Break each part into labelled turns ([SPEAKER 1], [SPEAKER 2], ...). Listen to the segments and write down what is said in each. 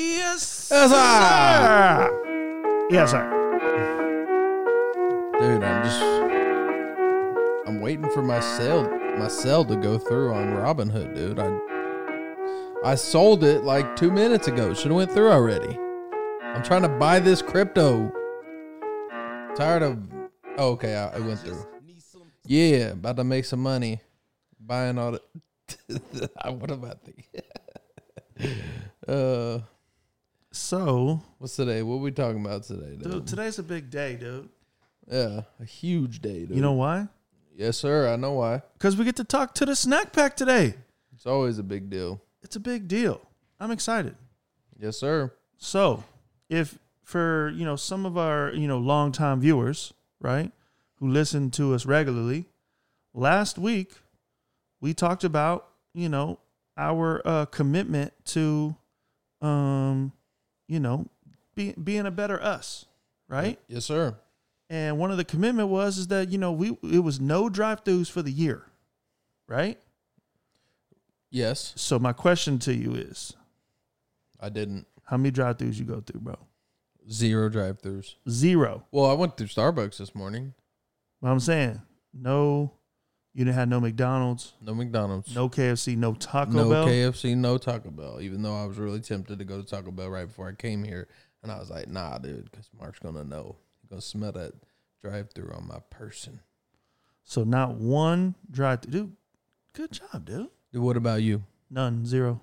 [SPEAKER 1] Yes.
[SPEAKER 2] Yes, sir.
[SPEAKER 1] Yes, sir.
[SPEAKER 2] Dude, I'm just I'm waiting for my sale my sale to go through on Robinhood, dude. I I sold it like two minutes ago. Should have went through already. I'm trying to buy this crypto. Tired of oh, okay, I, I went through. Yeah, about to make some money buying all the I- what about the uh
[SPEAKER 1] So,
[SPEAKER 2] what's today? What we talking about today, dude?
[SPEAKER 1] dude, today's a big day, dude.
[SPEAKER 2] Yeah, a huge day, dude.
[SPEAKER 1] You know why?
[SPEAKER 2] yes, sir, I know why.
[SPEAKER 1] Because we get to talk to the snack pack today.
[SPEAKER 2] It's always a big deal.
[SPEAKER 1] It's a big deal. I'm excited.
[SPEAKER 2] Yes, sir.
[SPEAKER 1] So, if for you know some of our you know longtime viewers, right, who listen to us regularly, last week we talked about you know our uh, commitment to, um, you know, be, being a better us, right?
[SPEAKER 2] Yes, sir.
[SPEAKER 1] And one of the commitment was is that you know we it was no drive-throughs for the year, right?
[SPEAKER 2] Yes,
[SPEAKER 1] So my question to you is,
[SPEAKER 2] I didn't.
[SPEAKER 1] how many drive-throughs you go through, bro?
[SPEAKER 2] Zero drive throughs.
[SPEAKER 1] Zero.
[SPEAKER 2] Well, I went through Starbucks this morning.
[SPEAKER 1] But I'm saying, no, you didn't have no McDonald's,
[SPEAKER 2] No McDonald's.
[SPEAKER 1] no KFC, no Taco
[SPEAKER 2] no
[SPEAKER 1] Bell.
[SPEAKER 2] KFC, no Taco Bell. Even though I was really tempted to go to Taco Bell right before I came here. And I was like, nah, dude, because Mark's going to know. He's going to smell that drive through on my person.
[SPEAKER 1] so not one drive through. Dude, good job, dude.
[SPEAKER 2] Dude, what about you?
[SPEAKER 1] None, zero.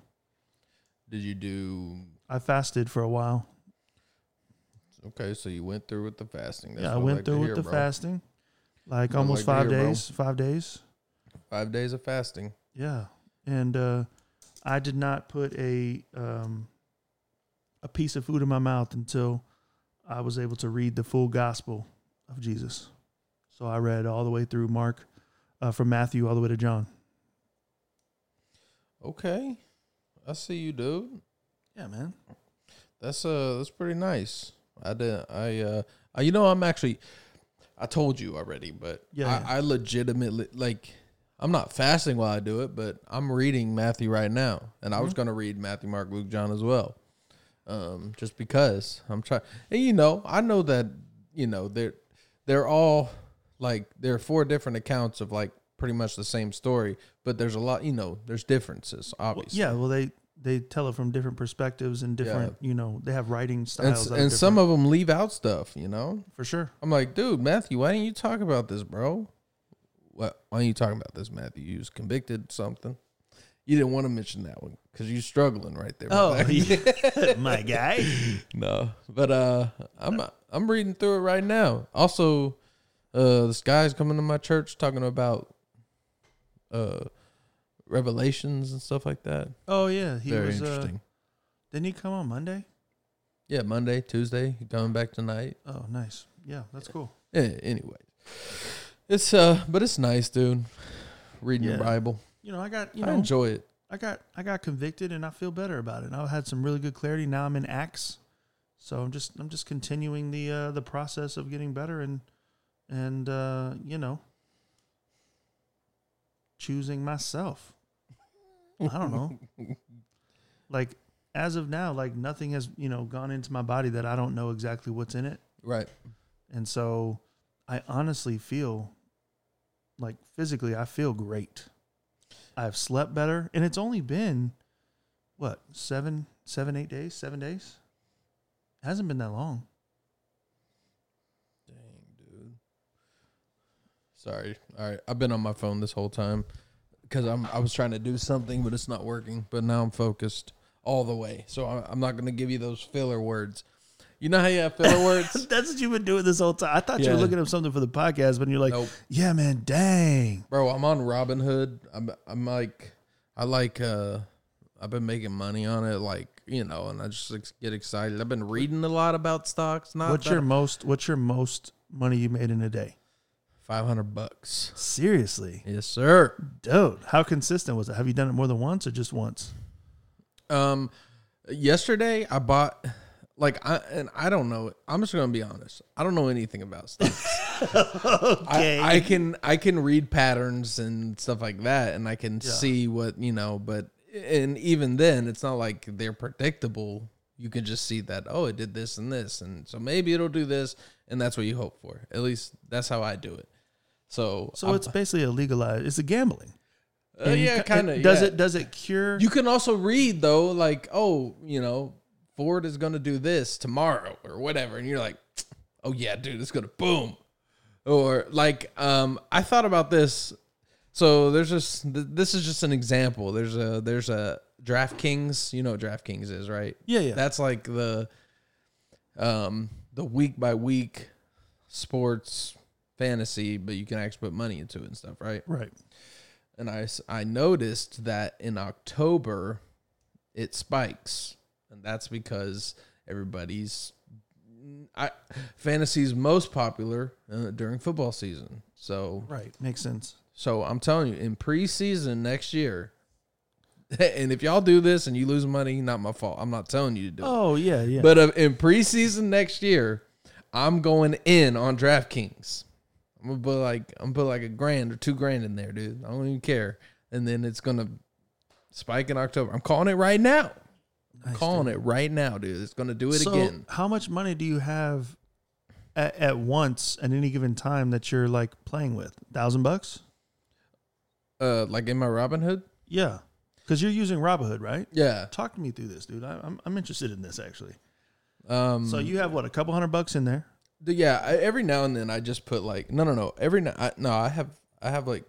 [SPEAKER 2] Did you do.
[SPEAKER 1] I fasted for a while.
[SPEAKER 2] Okay, so you went through with the fasting.
[SPEAKER 1] yeah, I
[SPEAKER 2] what I'd
[SPEAKER 1] went
[SPEAKER 2] like to
[SPEAKER 1] through
[SPEAKER 2] hear,
[SPEAKER 1] with the
[SPEAKER 2] bro.
[SPEAKER 1] fasting, like
[SPEAKER 2] I'd
[SPEAKER 1] almost
[SPEAKER 2] like
[SPEAKER 1] five
[SPEAKER 2] to hear, bro.
[SPEAKER 1] days. Five days.
[SPEAKER 2] Five days of fasting.
[SPEAKER 1] Yeah, and uh, I did not put a um, a piece of food in my mouth until I was able to read the full gospel of Jesus. So I read all the way through Mark, uh, from Matthew all the way to John.
[SPEAKER 2] Okay. I see you, dude.
[SPEAKER 1] Yeah, man.
[SPEAKER 2] That's uh that's pretty nice. I did I uh I, you know I'm actually I told you already, but
[SPEAKER 1] Yeah.
[SPEAKER 2] I, I legitimately like I'm not fasting while I do it, but I'm reading Matthew right now. And
[SPEAKER 1] Mm-hmm.
[SPEAKER 2] I was gonna read Matthew, Mark, Luke, John as well. Um, just because I'm trying and you know, I know that, you know, they're they're all like there are four different accounts of like pretty much the same story, but there's a lot you know, there's differences,
[SPEAKER 1] Well,
[SPEAKER 2] obviously.
[SPEAKER 1] yeah, well they they tell it from different perspectives and different, you know, they have writing
[SPEAKER 2] And,
[SPEAKER 1] styles
[SPEAKER 2] s-
[SPEAKER 1] that are
[SPEAKER 2] and some of them leave out stuff, you know?
[SPEAKER 1] different, for sure.
[SPEAKER 2] I'm like, dude, Matthew, why didn't you talk about this, bro? What? Why aren't you talking about this, Matthew? You was convicted something. You didn't want to mention that one because you're struggling right there.
[SPEAKER 1] Oh,
[SPEAKER 2] my guy.
[SPEAKER 1] my guy.
[SPEAKER 2] no, but uh, I'm I'm reading through it right now. Also, uh, this guy's coming to my church talking about uh revelations and stuff like that.
[SPEAKER 1] Oh yeah, he
[SPEAKER 2] Very
[SPEAKER 1] was. Uh,
[SPEAKER 2] interesting.
[SPEAKER 1] didn't he come on Monday?
[SPEAKER 2] yeah, Monday, Tuesday, he coming back tonight.
[SPEAKER 1] Oh, nice. Yeah, that's cool.
[SPEAKER 2] Yeah, anyway, it's uh, but it's nice, dude. Reading
[SPEAKER 1] Yeah.
[SPEAKER 2] your Bible,
[SPEAKER 1] You know, I got you
[SPEAKER 2] I
[SPEAKER 1] know.
[SPEAKER 2] enjoy it.
[SPEAKER 1] I got I got convicted and I feel better about it. I had some really good clarity. Now I'm in Acts, so I'm just I'm just continuing the uh, the process of getting better and and uh, you know choosing myself. I don't know. like as of now, like nothing has you know gone into my body that I don't know exactly what's in it,
[SPEAKER 2] Right.
[SPEAKER 1] and so I honestly feel like physically I feel great. I've slept better, and it's only been what seven, seven, eight days, seven days. hasn't been that long.
[SPEAKER 2] Dang, dude. Sorry. All right. I've been on my phone this whole time because I'm I was trying to do something, but it's not working. But now I'm focused all the way. So I- I'm not going to give you those filler words. You know how you have filler words?
[SPEAKER 1] That's what you've been doing this whole time. I thought you were
[SPEAKER 2] Yeah.
[SPEAKER 1] looking up something for the podcast, but you're like,
[SPEAKER 2] Nope.
[SPEAKER 1] yeah, man, dang.
[SPEAKER 2] Bro, I'm on Robinhood. I'm I'm like I like uh I've been making money on it like, you know, and I just ex- get excited. I've been reading a lot about stocks, not
[SPEAKER 1] What's
[SPEAKER 2] that-
[SPEAKER 1] your most? What's your most money you made in a day?
[SPEAKER 2] 500 bucks.
[SPEAKER 1] Seriously,
[SPEAKER 2] Yes, sir.
[SPEAKER 1] dude. How consistent was it? Have you done it more than once or just once?
[SPEAKER 2] Um, yesterday I bought like I and I don't know. I'm just gonna be honest. I don't know anything about stocks.
[SPEAKER 1] Okay.
[SPEAKER 2] I, I can I can read patterns and stuff like that, and I can see what you know. But and even then, it's not like they're predictable. You can just see that, oh, it did this and this. And so maybe it'll do this. And that's what you hope for. At least that's how I do it. So,
[SPEAKER 1] So
[SPEAKER 2] I'm-
[SPEAKER 1] it's basically a legalized. It's a gambling.
[SPEAKER 2] uh,
[SPEAKER 1] And you
[SPEAKER 2] yeah,
[SPEAKER 1] ca-
[SPEAKER 2] kind of.
[SPEAKER 1] Does
[SPEAKER 2] yeah.
[SPEAKER 1] it does it cure?
[SPEAKER 2] You can also read though, like, oh, you know, Ford is gonna do this tomorrow or whatever, and you're like, oh yeah, dude, it's gonna boom. Or like, um, I thought about this. So there's just th- this is just an example. There's a there's a DraftKings. You know what DraftKings is, right?
[SPEAKER 1] yeah, yeah.
[SPEAKER 2] That's like the um the week by week sports fantasy, but you can actually put money into it and stuff, right?
[SPEAKER 1] right.
[SPEAKER 2] and I, s- I noticed that in October it spikes, and that's because everybody's I fantasy's most popular uh, during football season. So
[SPEAKER 1] Right. Makes sense.
[SPEAKER 2] so I'm telling you, in preseason next year, and if y'all do this and you lose money, not my fault. I'm not telling you to do it.
[SPEAKER 1] Oh yeah, yeah.
[SPEAKER 2] But uh, in preseason next year, I'm going in on DraftKings. I'm gonna put like I'm gonna put like a grand or two grand in there, dude. I don't even care. And then it's gonna spike in October. I'm calling it right now. I'm calling it right now, dude. It's gonna do it
[SPEAKER 1] so
[SPEAKER 2] again.
[SPEAKER 1] how much money do you have at, at once at any given time that you're like playing with? Thousand bucks?
[SPEAKER 2] Uh, like in my Robinhood.
[SPEAKER 1] Yeah, because you're using Robinhood, right?
[SPEAKER 2] Yeah.
[SPEAKER 1] Talk to me through this, dude. I, I'm I'm interested in this actually.
[SPEAKER 2] Um.
[SPEAKER 1] So
[SPEAKER 2] So
[SPEAKER 1] you have what a couple hundred bucks in there?
[SPEAKER 2] yeah, I, every now and then I just put like no, no, no. Every now, I, no, I have I have like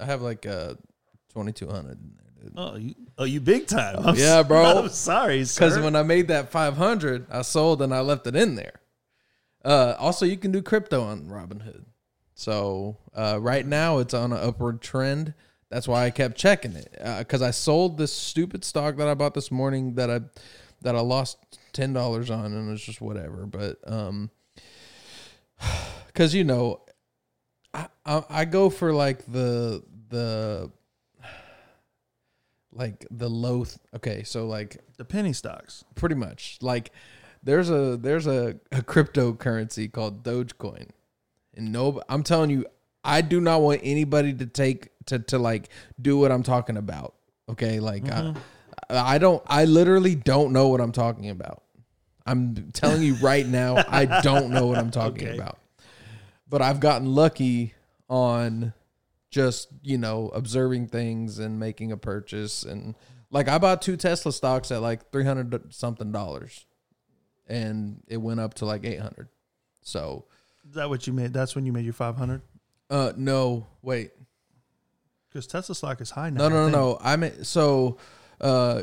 [SPEAKER 2] I have like uh twenty two hundred in there, dude.
[SPEAKER 1] Oh, you oh you big time? I'm
[SPEAKER 2] Yeah,
[SPEAKER 1] s-
[SPEAKER 2] bro.
[SPEAKER 1] I'm sorry,
[SPEAKER 2] Because
[SPEAKER 1] sir.
[SPEAKER 2] when I made that 500, I sold and I left it in there. Uh, also, you can do crypto on Robinhood. So uh, right now it's on an upward trend. That's why I kept checking it because I sold this stupid stock that I bought this morning that I that I lost ten dollars on and it's just whatever. But um, because you know, I, I I go for like the the like the low. Th- okay, so like
[SPEAKER 1] the penny stocks.
[SPEAKER 2] pretty much like there's a there's a, a cryptocurrency called dogecoin and no i'm telling you i do not want anybody to take to to like do what i'm talking about okay like I, I don't i literally don't know what i'm talking about i'm telling you right now i don't know what i'm talking
[SPEAKER 1] Okay.
[SPEAKER 2] about but i've gotten lucky on just you know observing things and making a purchase and like I bought two Tesla stocks at like 300 something dollars and it went up to like 800. So,
[SPEAKER 1] Is that what you made? That's when you made your five hundred?
[SPEAKER 2] uh no, wait.
[SPEAKER 1] Because Tesla stock is high now. I
[SPEAKER 2] No, no, no,
[SPEAKER 1] think.
[SPEAKER 2] no. I made so uh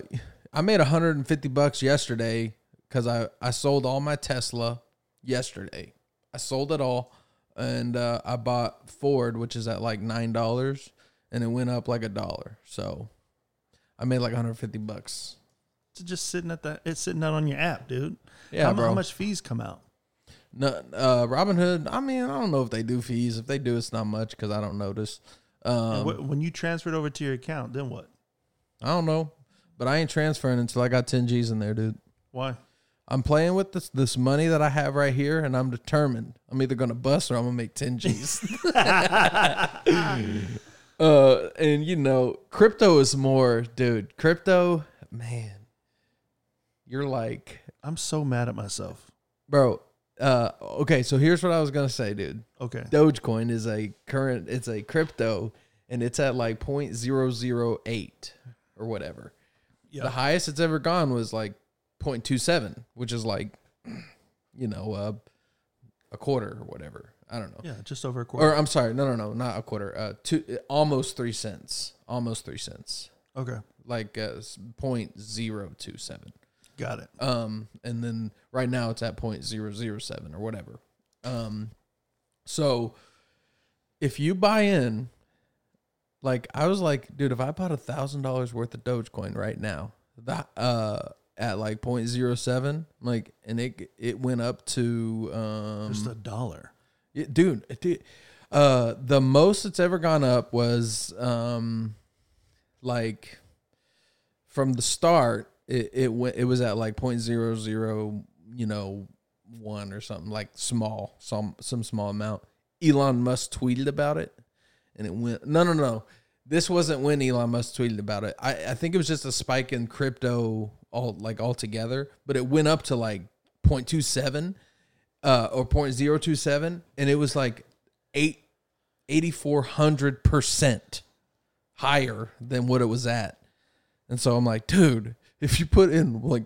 [SPEAKER 2] I made 150 bucks yesterday cuz I I sold all my Tesla yesterday. I sold it all and uh I bought Ford which is at like $9 and it went up like a dollar. So, I made like 150 bucks.
[SPEAKER 1] It's just sitting at that. It's sitting out on your app, dude.
[SPEAKER 2] Yeah,
[SPEAKER 1] how, mu-
[SPEAKER 2] bro.
[SPEAKER 1] how much fees come out?
[SPEAKER 2] No, uh, Robinhood. I mean, I don't know if they do fees. If they do, it's not much because I don't notice.
[SPEAKER 1] And
[SPEAKER 2] Um,
[SPEAKER 1] wh- when you transfer it over to your account, then what?
[SPEAKER 2] I don't know, but I ain't transferring until I got ten G's in there, dude.
[SPEAKER 1] Why?
[SPEAKER 2] I'm playing with this this money that I have right here, and I'm determined. I'm either gonna bust or I'm gonna make ten G's. uh, and you know, crypto is more, dude. Crypto, man, you're like,
[SPEAKER 1] I'm so mad at myself.
[SPEAKER 2] bro. Uh, okay, so here's what I was gonna say, dude.
[SPEAKER 1] Okay.
[SPEAKER 2] Dogecoin is a current, it's a crypto, and it's at like 0.008 or whatever.
[SPEAKER 1] Yeah.
[SPEAKER 2] The highest it's ever gone was like 0.27, which is like, you know, uh, a quarter or whatever. I don't know.
[SPEAKER 1] Yeah, just over a quarter.
[SPEAKER 2] Or I'm sorry, no, no, no, not a quarter. Uh, two, almost three cents, almost three cents,
[SPEAKER 1] okay.
[SPEAKER 2] like uh, s- 0.027.
[SPEAKER 1] Got it.
[SPEAKER 2] Um, and then right now it's at 0.007 or whatever. Um, so if you buy in, like I was like, dude, if I bought a thousand dollars worth of Dogecoin right now, that uh at like 0.07, like, and it it went up to um,
[SPEAKER 1] Just a dollar.
[SPEAKER 2] it- dude, it did- uh, the most it's ever gone up was um, like from the start. It it went, it was at like point zero zero, you know, one or something like small, some some small amount. Elon Musk tweeted about it, and it went. No, no, no. This wasn't when Elon Musk tweeted about it. I, I think it was just a spike in crypto all like all together, but it went up to like 0.27 uh, or 0.027, and it was like eight eighty four hundred percent higher than what it was at. And so I'm like, dude, if you put in like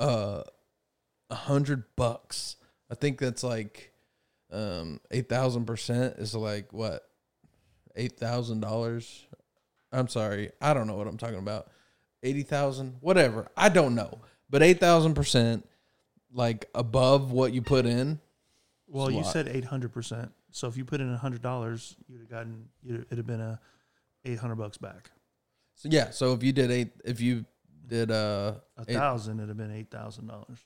[SPEAKER 2] uh a hundred bucks, I think that's like um eight thousand percent is like what eight thousand dollars. I'm sorry, I don't know what I'm talking about. Eighty thousand, whatever. I don't know, but eight thousand percent, like above what you put in.
[SPEAKER 1] Well,
[SPEAKER 2] It's a
[SPEAKER 1] you
[SPEAKER 2] lot.
[SPEAKER 1] said eight hundred percent. So if you put in hundred dollars, you'd have gotten you'd, it'd have been a eight hundred bucks back.
[SPEAKER 2] So yeah, so if you did eight, if you did uh,
[SPEAKER 1] A
[SPEAKER 2] eight-
[SPEAKER 1] thousand, it'd have been eight thousand dollars.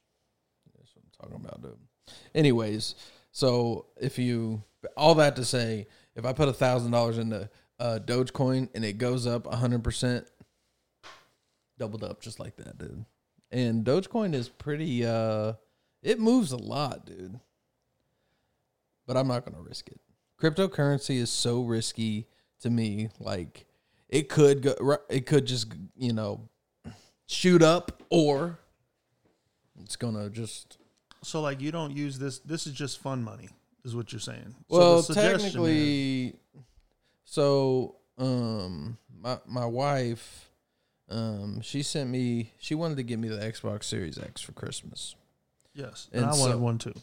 [SPEAKER 2] That's what I'm talking about, dude. Anyways, so if you all that to say, if I put a thousand dollars into uh, Dogecoin and it goes up hundred percent, doubled up just like that, dude. And Dogecoin is pretty. uh It moves a lot, dude. But I'm not gonna risk it. Cryptocurrency is so risky to me. Like it could go. It could just you know shoot up or. It's gonna just
[SPEAKER 1] So like you don't use this. This is just fun money, is what you're saying.
[SPEAKER 2] Well,
[SPEAKER 1] so the suggestion is-
[SPEAKER 2] technically, so um, my my wife, um, she sent me. She wanted to give me the Xbox Series X for Christmas.
[SPEAKER 1] yes, and,
[SPEAKER 2] and
[SPEAKER 1] I wanted
[SPEAKER 2] so-
[SPEAKER 1] one too.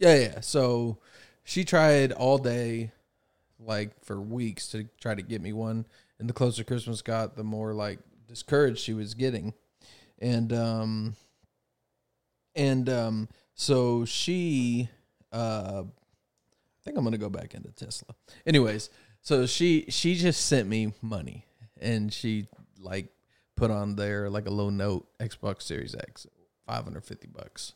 [SPEAKER 2] Yeah, yeah. So she tried all day, like for weeks, to try to get me one. And the closer Christmas got, the more like discouraged she was getting. And um, and um, so she, uh, I think I'm gonna go back into Tesla. Anyways, so she she just sent me money, and she like put on there like a little note Xbox Series X, five hundred fifty bucks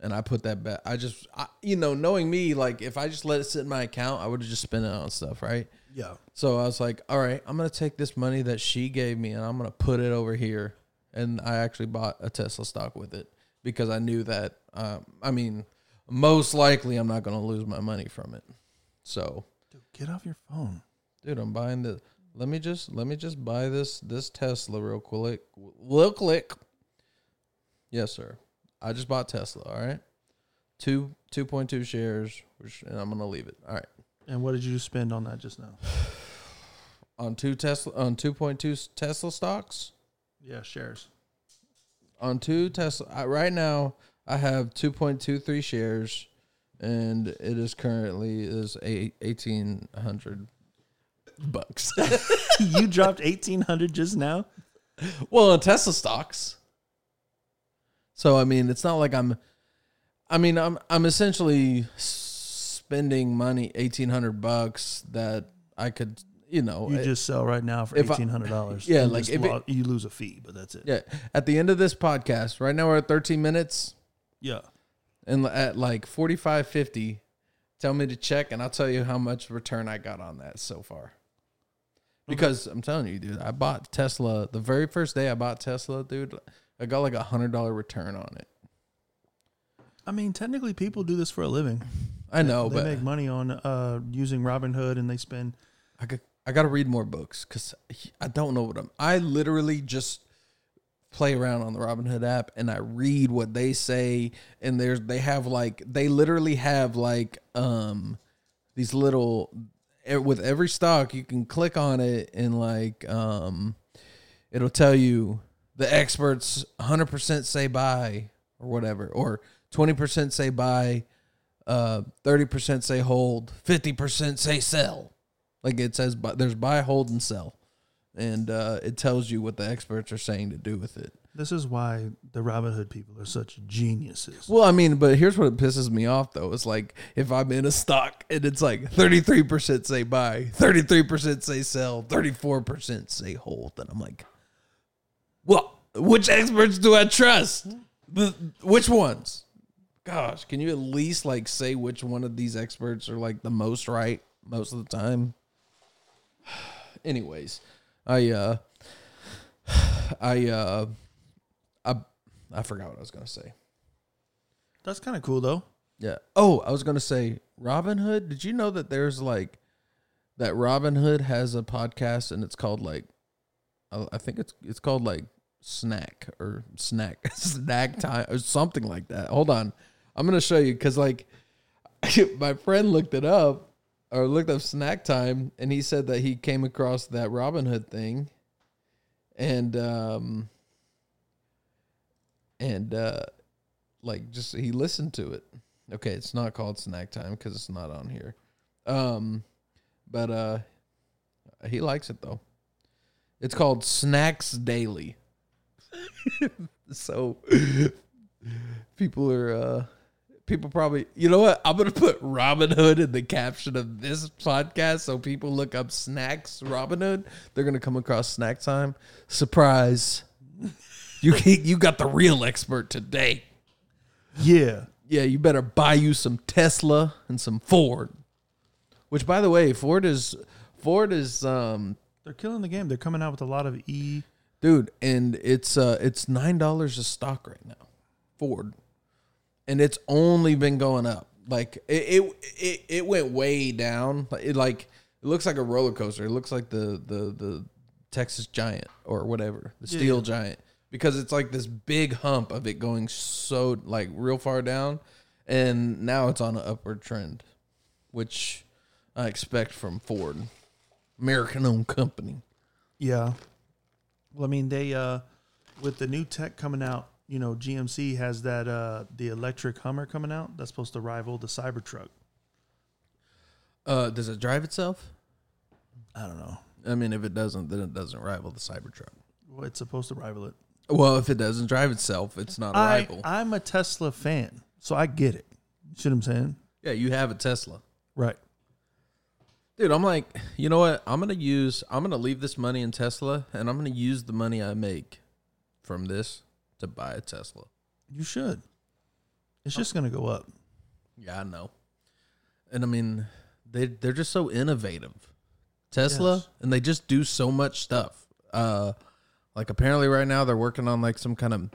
[SPEAKER 2] and I put that back. I just, I, you know, knowing me, like if I just let it sit in my account, I would have just spent it on stuff, right?
[SPEAKER 1] Yeah.
[SPEAKER 2] So I was like, all right, I'm gonna take this money that she gave me and I'm gonna put it over here. And I actually bought a Tesla stock with it because I knew that. Um, I mean, most likely I'm not gonna lose my money from it. So,
[SPEAKER 1] Dude, get off your phone.
[SPEAKER 2] dude, I'm buying the. Let me just let me just buy this this Tesla real quick. Real quick. Yes, sir. I just bought Tesla. All right, two two point two shares, which and I'm gonna leave it. All right,
[SPEAKER 1] And what did you spend on that just now?
[SPEAKER 2] on two Tesla on two point two Tesla stocks
[SPEAKER 1] Yeah, shares.
[SPEAKER 2] on two Tesla. I, right now, I have two point two three shares, and it is currently is a eighteen hundred bucks.
[SPEAKER 1] you dropped eighteen hundred just now.
[SPEAKER 2] Well, in Tesla stocks. So I mean, it's not like I'm. I mean, I'm I'm essentially spending money eighteen hundred bucks that I could, you know,
[SPEAKER 1] You
[SPEAKER 2] it-
[SPEAKER 1] just sell right now for
[SPEAKER 2] if I-
[SPEAKER 1] eighteen hundred dollars.
[SPEAKER 2] Yeah, like, if it-
[SPEAKER 1] you lose a fee, but that's it.
[SPEAKER 2] eh, yeah. At the end of this podcast, right now we're at thirteen minutes,
[SPEAKER 1] yeah.
[SPEAKER 2] and at like forty five fifty, tell me to check, and I'll tell you how much return I got on that so far. Because I'm telling you, dude, I bought Tesla the very first day I bought Tesla, dude. I got like a hundred dollar return on it.
[SPEAKER 1] I mean, technically, people do this for a living.
[SPEAKER 2] I know,
[SPEAKER 1] they
[SPEAKER 2] Oh, but
[SPEAKER 1] make money on uh, using Robinhood, and they spend.
[SPEAKER 2] I got, I got to read more books because I don't know what I'm. I literally just play around on the Robinhood app and I read what they say. And there's they have like they literally have like um these little eh, with every stock you can click on it and like um it'll tell you the experts 100% say buy or whatever or 20% say buy uh 30% say hold 50% say sell like it says bu there's buy hold and sell and uh it tells you what the experts are saying to do with it
[SPEAKER 1] This is why the Robinhood people are such geniuses.
[SPEAKER 2] well i mean but here's what pisses me off though it's like if i'm in a stock and it's like 33% say buy 33% say sell 34% say hold and i'm like well which experts do i trust The- which ones gosh can you at least like say which one of these experts are like the most right most of the time anyways i uh i uh i i forgot what i was gonna say
[SPEAKER 1] That's kind of cool, though.
[SPEAKER 2] yeah. Oh, I was gonna say Robin Hood. Did you know that there's like that Robin Hood has a podcast and it's called like I I think it's it's called like snack or snack snack time or something like that. Hold on, I'm gonna show you because like my friend looked it up or looked up snack time, and he said that he came across that Robin Hood thing, and um, and uh, like just he listened to it. Okay, it's not called snack time because it's not on here, um, but uh, he likes it though. It's called Snacks Daily. so people are uh people probably you know what? I'm gonna put Robin Hood in the caption of this podcast so people look up snacks Robin Hood, they're gonna come across snack time. Surprise. You can, you got the real expert today.
[SPEAKER 1] Yeah.
[SPEAKER 2] Yeah, you better buy you some Tesla and some Ford. Which by the way, Ford is Ford is um
[SPEAKER 1] They're killing the game. They're coming out with a lot of E.
[SPEAKER 2] dude and it's uh it's nine dollars a stock right now ford and it's only been going up like it it it, it went way down Like, it like it looks like a roller coaster it looks like the the the texas giant or whatever the steel giant because it's like this big hump of it going so like real far down and now it's on an upward trend which i expect from ford american owned company
[SPEAKER 1] Yeah. Well, I mean, they uh, with the new tech coming out, you know, GMC has that uh, the electric Hummer coming out that's supposed to rival the Cybertruck.
[SPEAKER 2] uh does it drive itself
[SPEAKER 1] I don't know.
[SPEAKER 2] I mean, if it doesn't, then it doesn't rival the Cybertruck.
[SPEAKER 1] Well, it's supposed to rival it.
[SPEAKER 2] Well, if it doesn't drive itself, it's not a
[SPEAKER 1] I,
[SPEAKER 2] rival.
[SPEAKER 1] I'm a Tesla fan, so I get it. You see what I'm saying?
[SPEAKER 2] yeah, you have a Tesla.
[SPEAKER 1] Right.
[SPEAKER 2] Dude, I'm like, you know what? I'm going to use, I'm going to leave this money in Tesla and I'm going to use the money I make from this to buy a Tesla.
[SPEAKER 1] You should. It's just gonna go up.
[SPEAKER 2] Yeah, I know. And I mean, they they're just so innovative. Tesla
[SPEAKER 1] Yes.
[SPEAKER 2] and they just do so much stuff. Uh like apparently right now they're working on like some kind of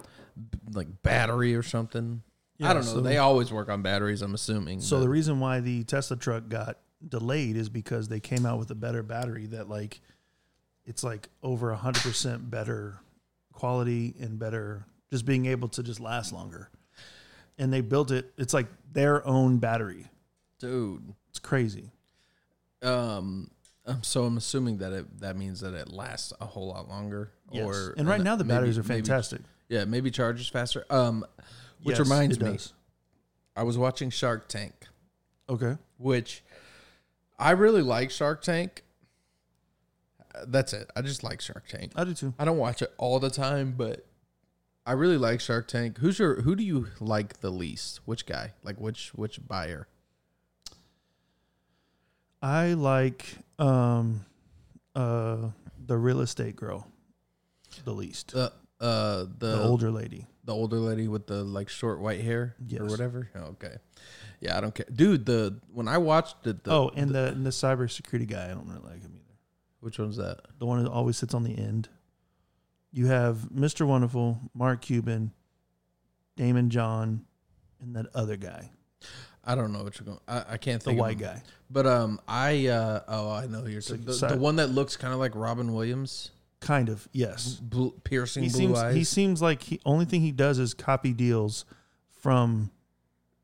[SPEAKER 2] like battery or something. I
[SPEAKER 1] Yeah,
[SPEAKER 2] don't know.
[SPEAKER 1] so-
[SPEAKER 2] they always work on batteries, I'm assuming.
[SPEAKER 1] So
[SPEAKER 2] but-
[SPEAKER 1] the reason why the Tesla truck got delayed is because they came out with a better battery that like it's like over 100% better quality and better just being able to just last longer. And they built it it's like their own battery.
[SPEAKER 2] dude,
[SPEAKER 1] It's crazy.
[SPEAKER 2] um um, so I'm assuming that it that means that it lasts a whole lot longer
[SPEAKER 1] Yes.
[SPEAKER 2] or
[SPEAKER 1] and right now the
[SPEAKER 2] maybe-
[SPEAKER 1] batteries are
[SPEAKER 2] maybe-
[SPEAKER 1] fantastic.
[SPEAKER 2] yeah, maybe charges faster. Um which
[SPEAKER 1] Yes,
[SPEAKER 2] reminds
[SPEAKER 1] it
[SPEAKER 2] me
[SPEAKER 1] does.
[SPEAKER 2] I was watching Shark Tank.
[SPEAKER 1] Okay.
[SPEAKER 2] which I really like Shark Tank. Uh, That's it. I just like Shark Tank.
[SPEAKER 1] I do too.
[SPEAKER 2] I don't watch it all the time, but I really like Shark Tank. Who's your who do you like the least? Which guy? Like which which buyer?
[SPEAKER 1] I like um uh the real estate girl the least.
[SPEAKER 2] The uh the
[SPEAKER 1] the older lady.
[SPEAKER 2] the older lady with the like short white hair
[SPEAKER 1] Yes.
[SPEAKER 2] or whatever. Oh, okay. Yeah, I don't care. Dude, the when I watched it the
[SPEAKER 1] oh, and the, and the cybersecurity guy. I don't really like him either.
[SPEAKER 2] which one's that?
[SPEAKER 1] The one that always sits on the end. You have Mr. Wonderful, Mark Cuban, Damon John, and that other guy,
[SPEAKER 2] I don't know what you're going. I, I can't
[SPEAKER 1] the
[SPEAKER 2] think. of
[SPEAKER 1] white
[SPEAKER 2] him.
[SPEAKER 1] guy.
[SPEAKER 2] But um, I uh oh I know who you're
[SPEAKER 1] So-
[SPEAKER 2] talking- the,
[SPEAKER 1] so-
[SPEAKER 2] the one that looks kind of like Robin Williams,
[SPEAKER 1] Kind of, yes.
[SPEAKER 2] blue, piercing
[SPEAKER 1] He
[SPEAKER 2] blue
[SPEAKER 1] seems
[SPEAKER 2] eyes.
[SPEAKER 1] he seems like he only thing he does is copy deals from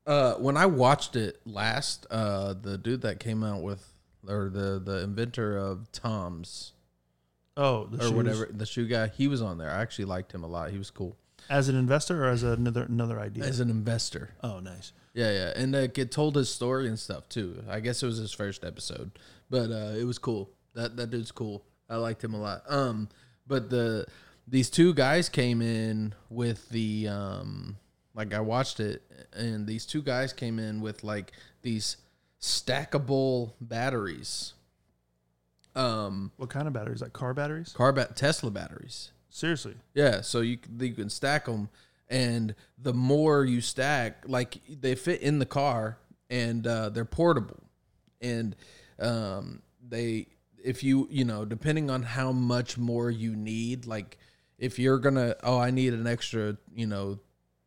[SPEAKER 2] uh, when I watched it last, uh, the dude that came out with or the the inventor of Tom's
[SPEAKER 1] oh the
[SPEAKER 2] or
[SPEAKER 1] shoes.
[SPEAKER 2] whatever the shoe guy, he was on there. I actually liked him a lot. He was cool
[SPEAKER 1] as an investor or as another another idea.
[SPEAKER 2] as an investor.
[SPEAKER 1] oh, nice.
[SPEAKER 2] Yeah, yeah, and like it told his story and stuff too. I guess it was his first episode, but uh, it was cool. That that dude's cool. I liked him a lot. Um, but the these two guys came in with the um, like I watched it, and these two guys came in with like these stackable batteries, um,
[SPEAKER 1] What kind of batteries? Like car batteries?
[SPEAKER 2] car bat Tesla batteries.
[SPEAKER 1] Seriously.
[SPEAKER 2] Yeah, so you c- you can stack them, and the more you stack, like they fit in the car, and uh, they're portable, and um, they if you you know depending on how much more you need, like if you're gonna oh I need an extra you know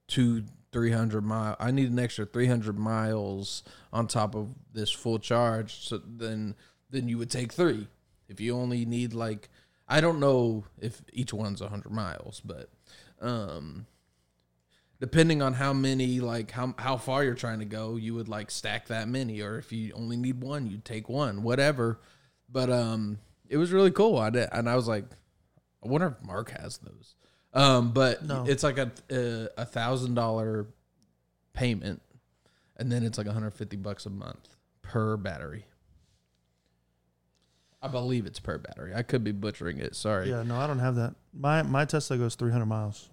[SPEAKER 2] two three hundred mile I need an extra three hundred miles on top of this full charge, so then then you would take three. If you only need like I don't know if each one's 100 miles, but um depending on how many like how how far you're trying to go, you would like stack that many or if you only need one, you'd take one, whatever. But um it was really cool. I did, and I was like I wonder if Mark has those. Um but
[SPEAKER 1] No.
[SPEAKER 2] it's like a a $1000 payment and then it's like 150 bucks a month per battery. I believe it's per battery. I could be butchering it. Sorry.
[SPEAKER 1] Yeah, no, I don't have that. My my Tesla goes 300 miles,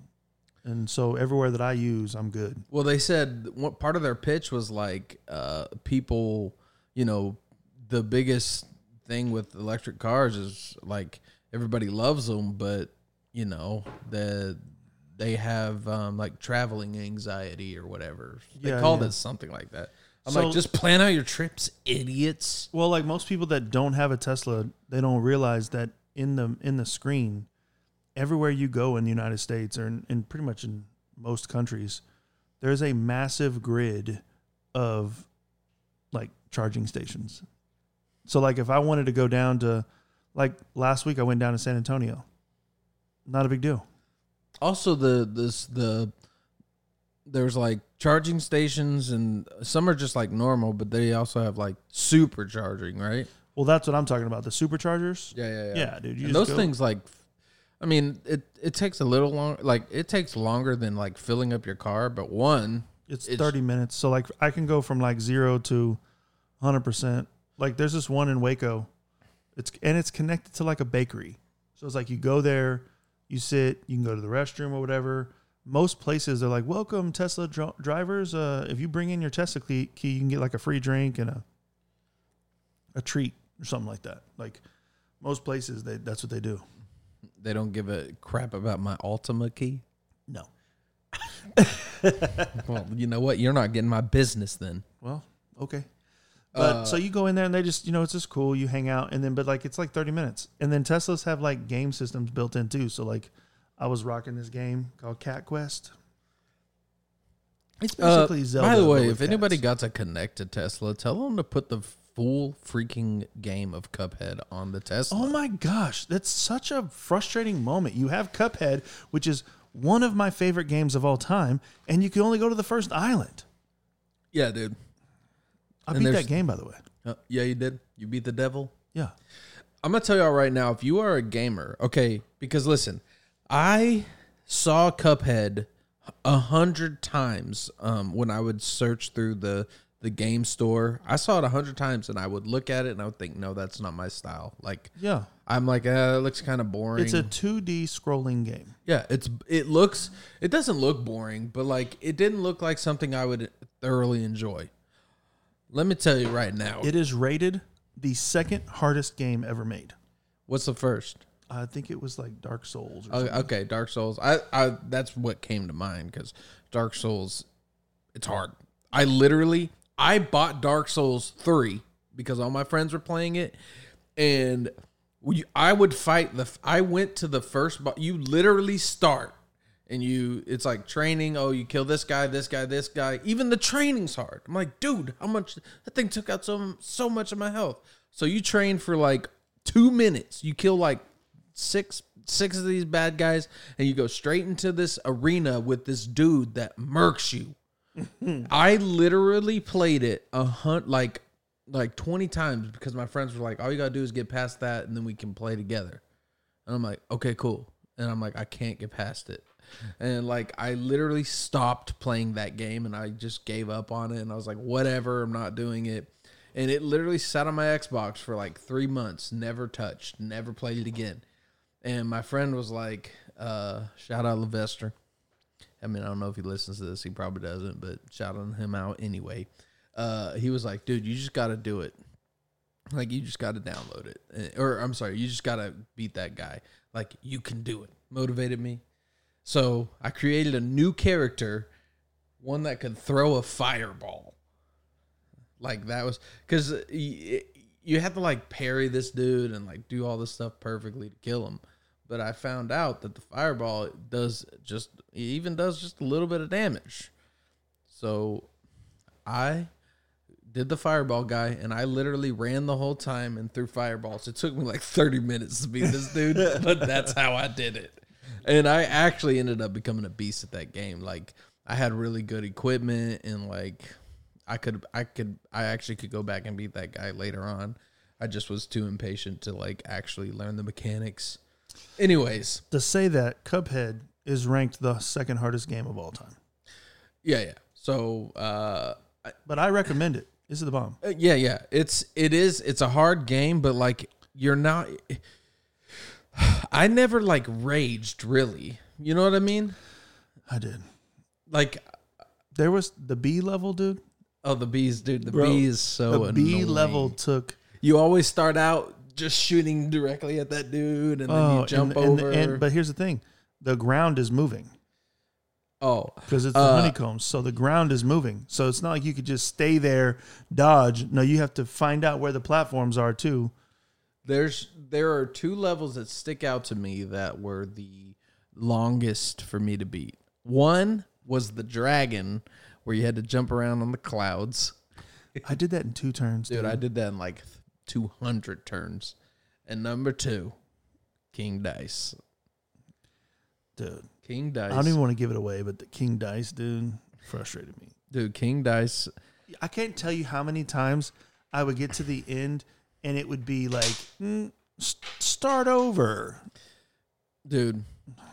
[SPEAKER 1] and so everywhere that I use, I'm good.
[SPEAKER 2] Well, they said what part of their pitch was like uh, people, you know, the biggest thing with electric cars is like everybody loves them, but you know the they have um, like traveling anxiety or whatever. They
[SPEAKER 1] Yeah,
[SPEAKER 2] called
[SPEAKER 1] yeah.
[SPEAKER 2] it something like that. I'm
[SPEAKER 1] So-
[SPEAKER 2] like, just plan out your trips, idiots.
[SPEAKER 1] Well, like most people that don't have a Tesla, they don't realize that in the in the screen, everywhere you go in the United States or in, in pretty much in most countries, there's a massive grid of like charging stations. So like if I wanted to go down to like last week I went down to San Antonio. Not a big deal.
[SPEAKER 2] also the this the there's like charging stations and some are just like normal but they also have like supercharging right
[SPEAKER 1] Well, that's what I'm talking about. The superchargers.
[SPEAKER 2] yeah yeah
[SPEAKER 1] Yeah, dude. You just
[SPEAKER 2] and those
[SPEAKER 1] go-
[SPEAKER 2] things like i mean it it takes a little long like it takes longer than like filling up your car but one
[SPEAKER 1] It's,
[SPEAKER 2] It's-
[SPEAKER 1] 30 minutes. So like I can go from like 0 to 100%. Like there's this one in Waco. It's and it's connected to like a bakery. So it's like you go there, you sit, you can go to the restroom or whatever. Most places they're like, "Welcome Tesla dr- drivers. Uh, if you bring in your Tesla key, key, you can get like a free drink and a a treat or something like that." Like most places they that's what they do.
[SPEAKER 2] they don't give a crap about my ultima key
[SPEAKER 1] No.
[SPEAKER 2] well you know what you're not getting my business then
[SPEAKER 1] Well, okay. But
[SPEAKER 2] Uh,
[SPEAKER 1] so you go in there and they just, you know, it's just cool. You hang out and then, but like it's like 30 minutes. And then Teslas have like game systems built in too. So like I was rocking this game called Cat Quest. It's
[SPEAKER 2] Uh,
[SPEAKER 1] basically Zelda.
[SPEAKER 2] By the
[SPEAKER 1] but
[SPEAKER 2] way,
[SPEAKER 1] with
[SPEAKER 2] if anybody
[SPEAKER 1] cats.
[SPEAKER 2] got to connect to Tesla, tell them to put the full freaking game of Cuphead on the Tesla.
[SPEAKER 1] Oh my gosh, that's such a frustrating moment. You have Cuphead, which is one of my favorite games of all time, and you can only go to the first island.
[SPEAKER 2] Yeah, dude.
[SPEAKER 1] I
[SPEAKER 2] And
[SPEAKER 1] beat
[SPEAKER 2] there's-
[SPEAKER 1] that game, by the way.
[SPEAKER 2] Uh, yeah, you did. You beat the devil.
[SPEAKER 1] Yeah.
[SPEAKER 2] I'm gonna tell y'all right now, if you are a gamer, okay, because listen, I saw Cuphead a hundred times um, when I would search through the the game store. I saw it a hundred times, and I would look at it and I would think, no, that's not my style. Like,
[SPEAKER 1] Yeah.
[SPEAKER 2] I'm like, uh, it looks kind of boring.
[SPEAKER 1] It's a 2D scrolling game.
[SPEAKER 2] Yeah, it's it looks it doesn't look boring, but like it didn't look like something I would thoroughly enjoy. Let me tell you right now.
[SPEAKER 1] It is rated the second hardest game ever made.
[SPEAKER 2] what's the first?
[SPEAKER 1] I think it was like Dark Souls. Or
[SPEAKER 2] Oh,
[SPEAKER 1] something.
[SPEAKER 2] okay, Dark Souls. I I that's what came to mind cuz Dark Souls it's hard. I literally I bought Dark Souls 3 because all my friends were playing it and we, I would fight the f- I went to the first boss. You literally start and you it's like training, oh you kill this guy, this guy, this guy. Even the training's hard. I'm like, dude, how much that thing took out so so much of my health. So you train for like 2 minutes. You kill like six six of these bad guys and you go straight into this arena with this dude that murks you. I literally played it a hunt like like 20 times because my friends were like, all you gotta do is get past that and then we can play together. And I'm like, okay, cool. And I'm like, I can't get past it. And like I literally stopped playing that game and I just gave up on it and I was like, whatever, I'm not doing it. And it literally sat on my Xbox for like three months, never touched, never played it again. And my friend was like, uh, shout out Levester. I mean, I don't know if he listens to this. He probably doesn't, but shouting him out anyway. Uh, he was like, dude, you just got to do it. Like, you just got to download it. Eh, Or, I'm sorry, you just got to beat that guy. Like, you can do it. Motivated me. So I created a new character, one that could throw a fireball. Like, that was because you had to, like, parry this dude and, like, do all this stuff perfectly to kill him but I found out that the fireball does just it even does just a little bit of damage. So I did the fireball guy, and I literally ran the whole time and threw fireballs. It took me like 30 minutes to beat this dude, but that's how I did it. And I actually ended up becoming a beast at that game. Like I had really good equipment and like I could I could I actually could go back and beat that guy later on. I just was too impatient to like actually learn the mechanics. Anyways,
[SPEAKER 1] To say that Cuphead is ranked the second hardest game of all time,
[SPEAKER 2] yeah, yeah. So uh
[SPEAKER 1] but I recommend it. This is the bomb.
[SPEAKER 2] Uh, yeah yeah it's it is it's a hard game but like you're not i never like raged really you know what i mean
[SPEAKER 1] I did.
[SPEAKER 2] like
[SPEAKER 1] There was the B level, dude.
[SPEAKER 2] oh the bees dude the
[SPEAKER 1] Bro,
[SPEAKER 2] bee is so
[SPEAKER 1] the B
[SPEAKER 2] Oh, annoying.
[SPEAKER 1] level took
[SPEAKER 2] you always start out just shooting directly at that dude and then
[SPEAKER 1] oh,
[SPEAKER 2] you jump
[SPEAKER 1] and, and-
[SPEAKER 2] over
[SPEAKER 1] and- but here's the thing: the ground is moving
[SPEAKER 2] oh
[SPEAKER 1] because it's the
[SPEAKER 2] Uh,
[SPEAKER 1] honeycombs, so the ground is moving. So it's not like you could just stay there, dodge. No, you have to find out where the platforms are too.
[SPEAKER 2] there's there are two levels that stick out to me that were the longest for me to beat one was the dragon where you had to jump around on the clouds
[SPEAKER 1] I did that in two turns, dude.
[SPEAKER 2] Dude, I did that in like 200 turns. And number two, King Dice.
[SPEAKER 1] dude,
[SPEAKER 2] King Dice.
[SPEAKER 1] I don't even want to give it away, but the King Dice, dude, frustrated me.
[SPEAKER 2] Dude, King Dice.
[SPEAKER 1] I can't tell you how many times I would get to the end and it would be like, mm, s- start over.
[SPEAKER 2] Dude.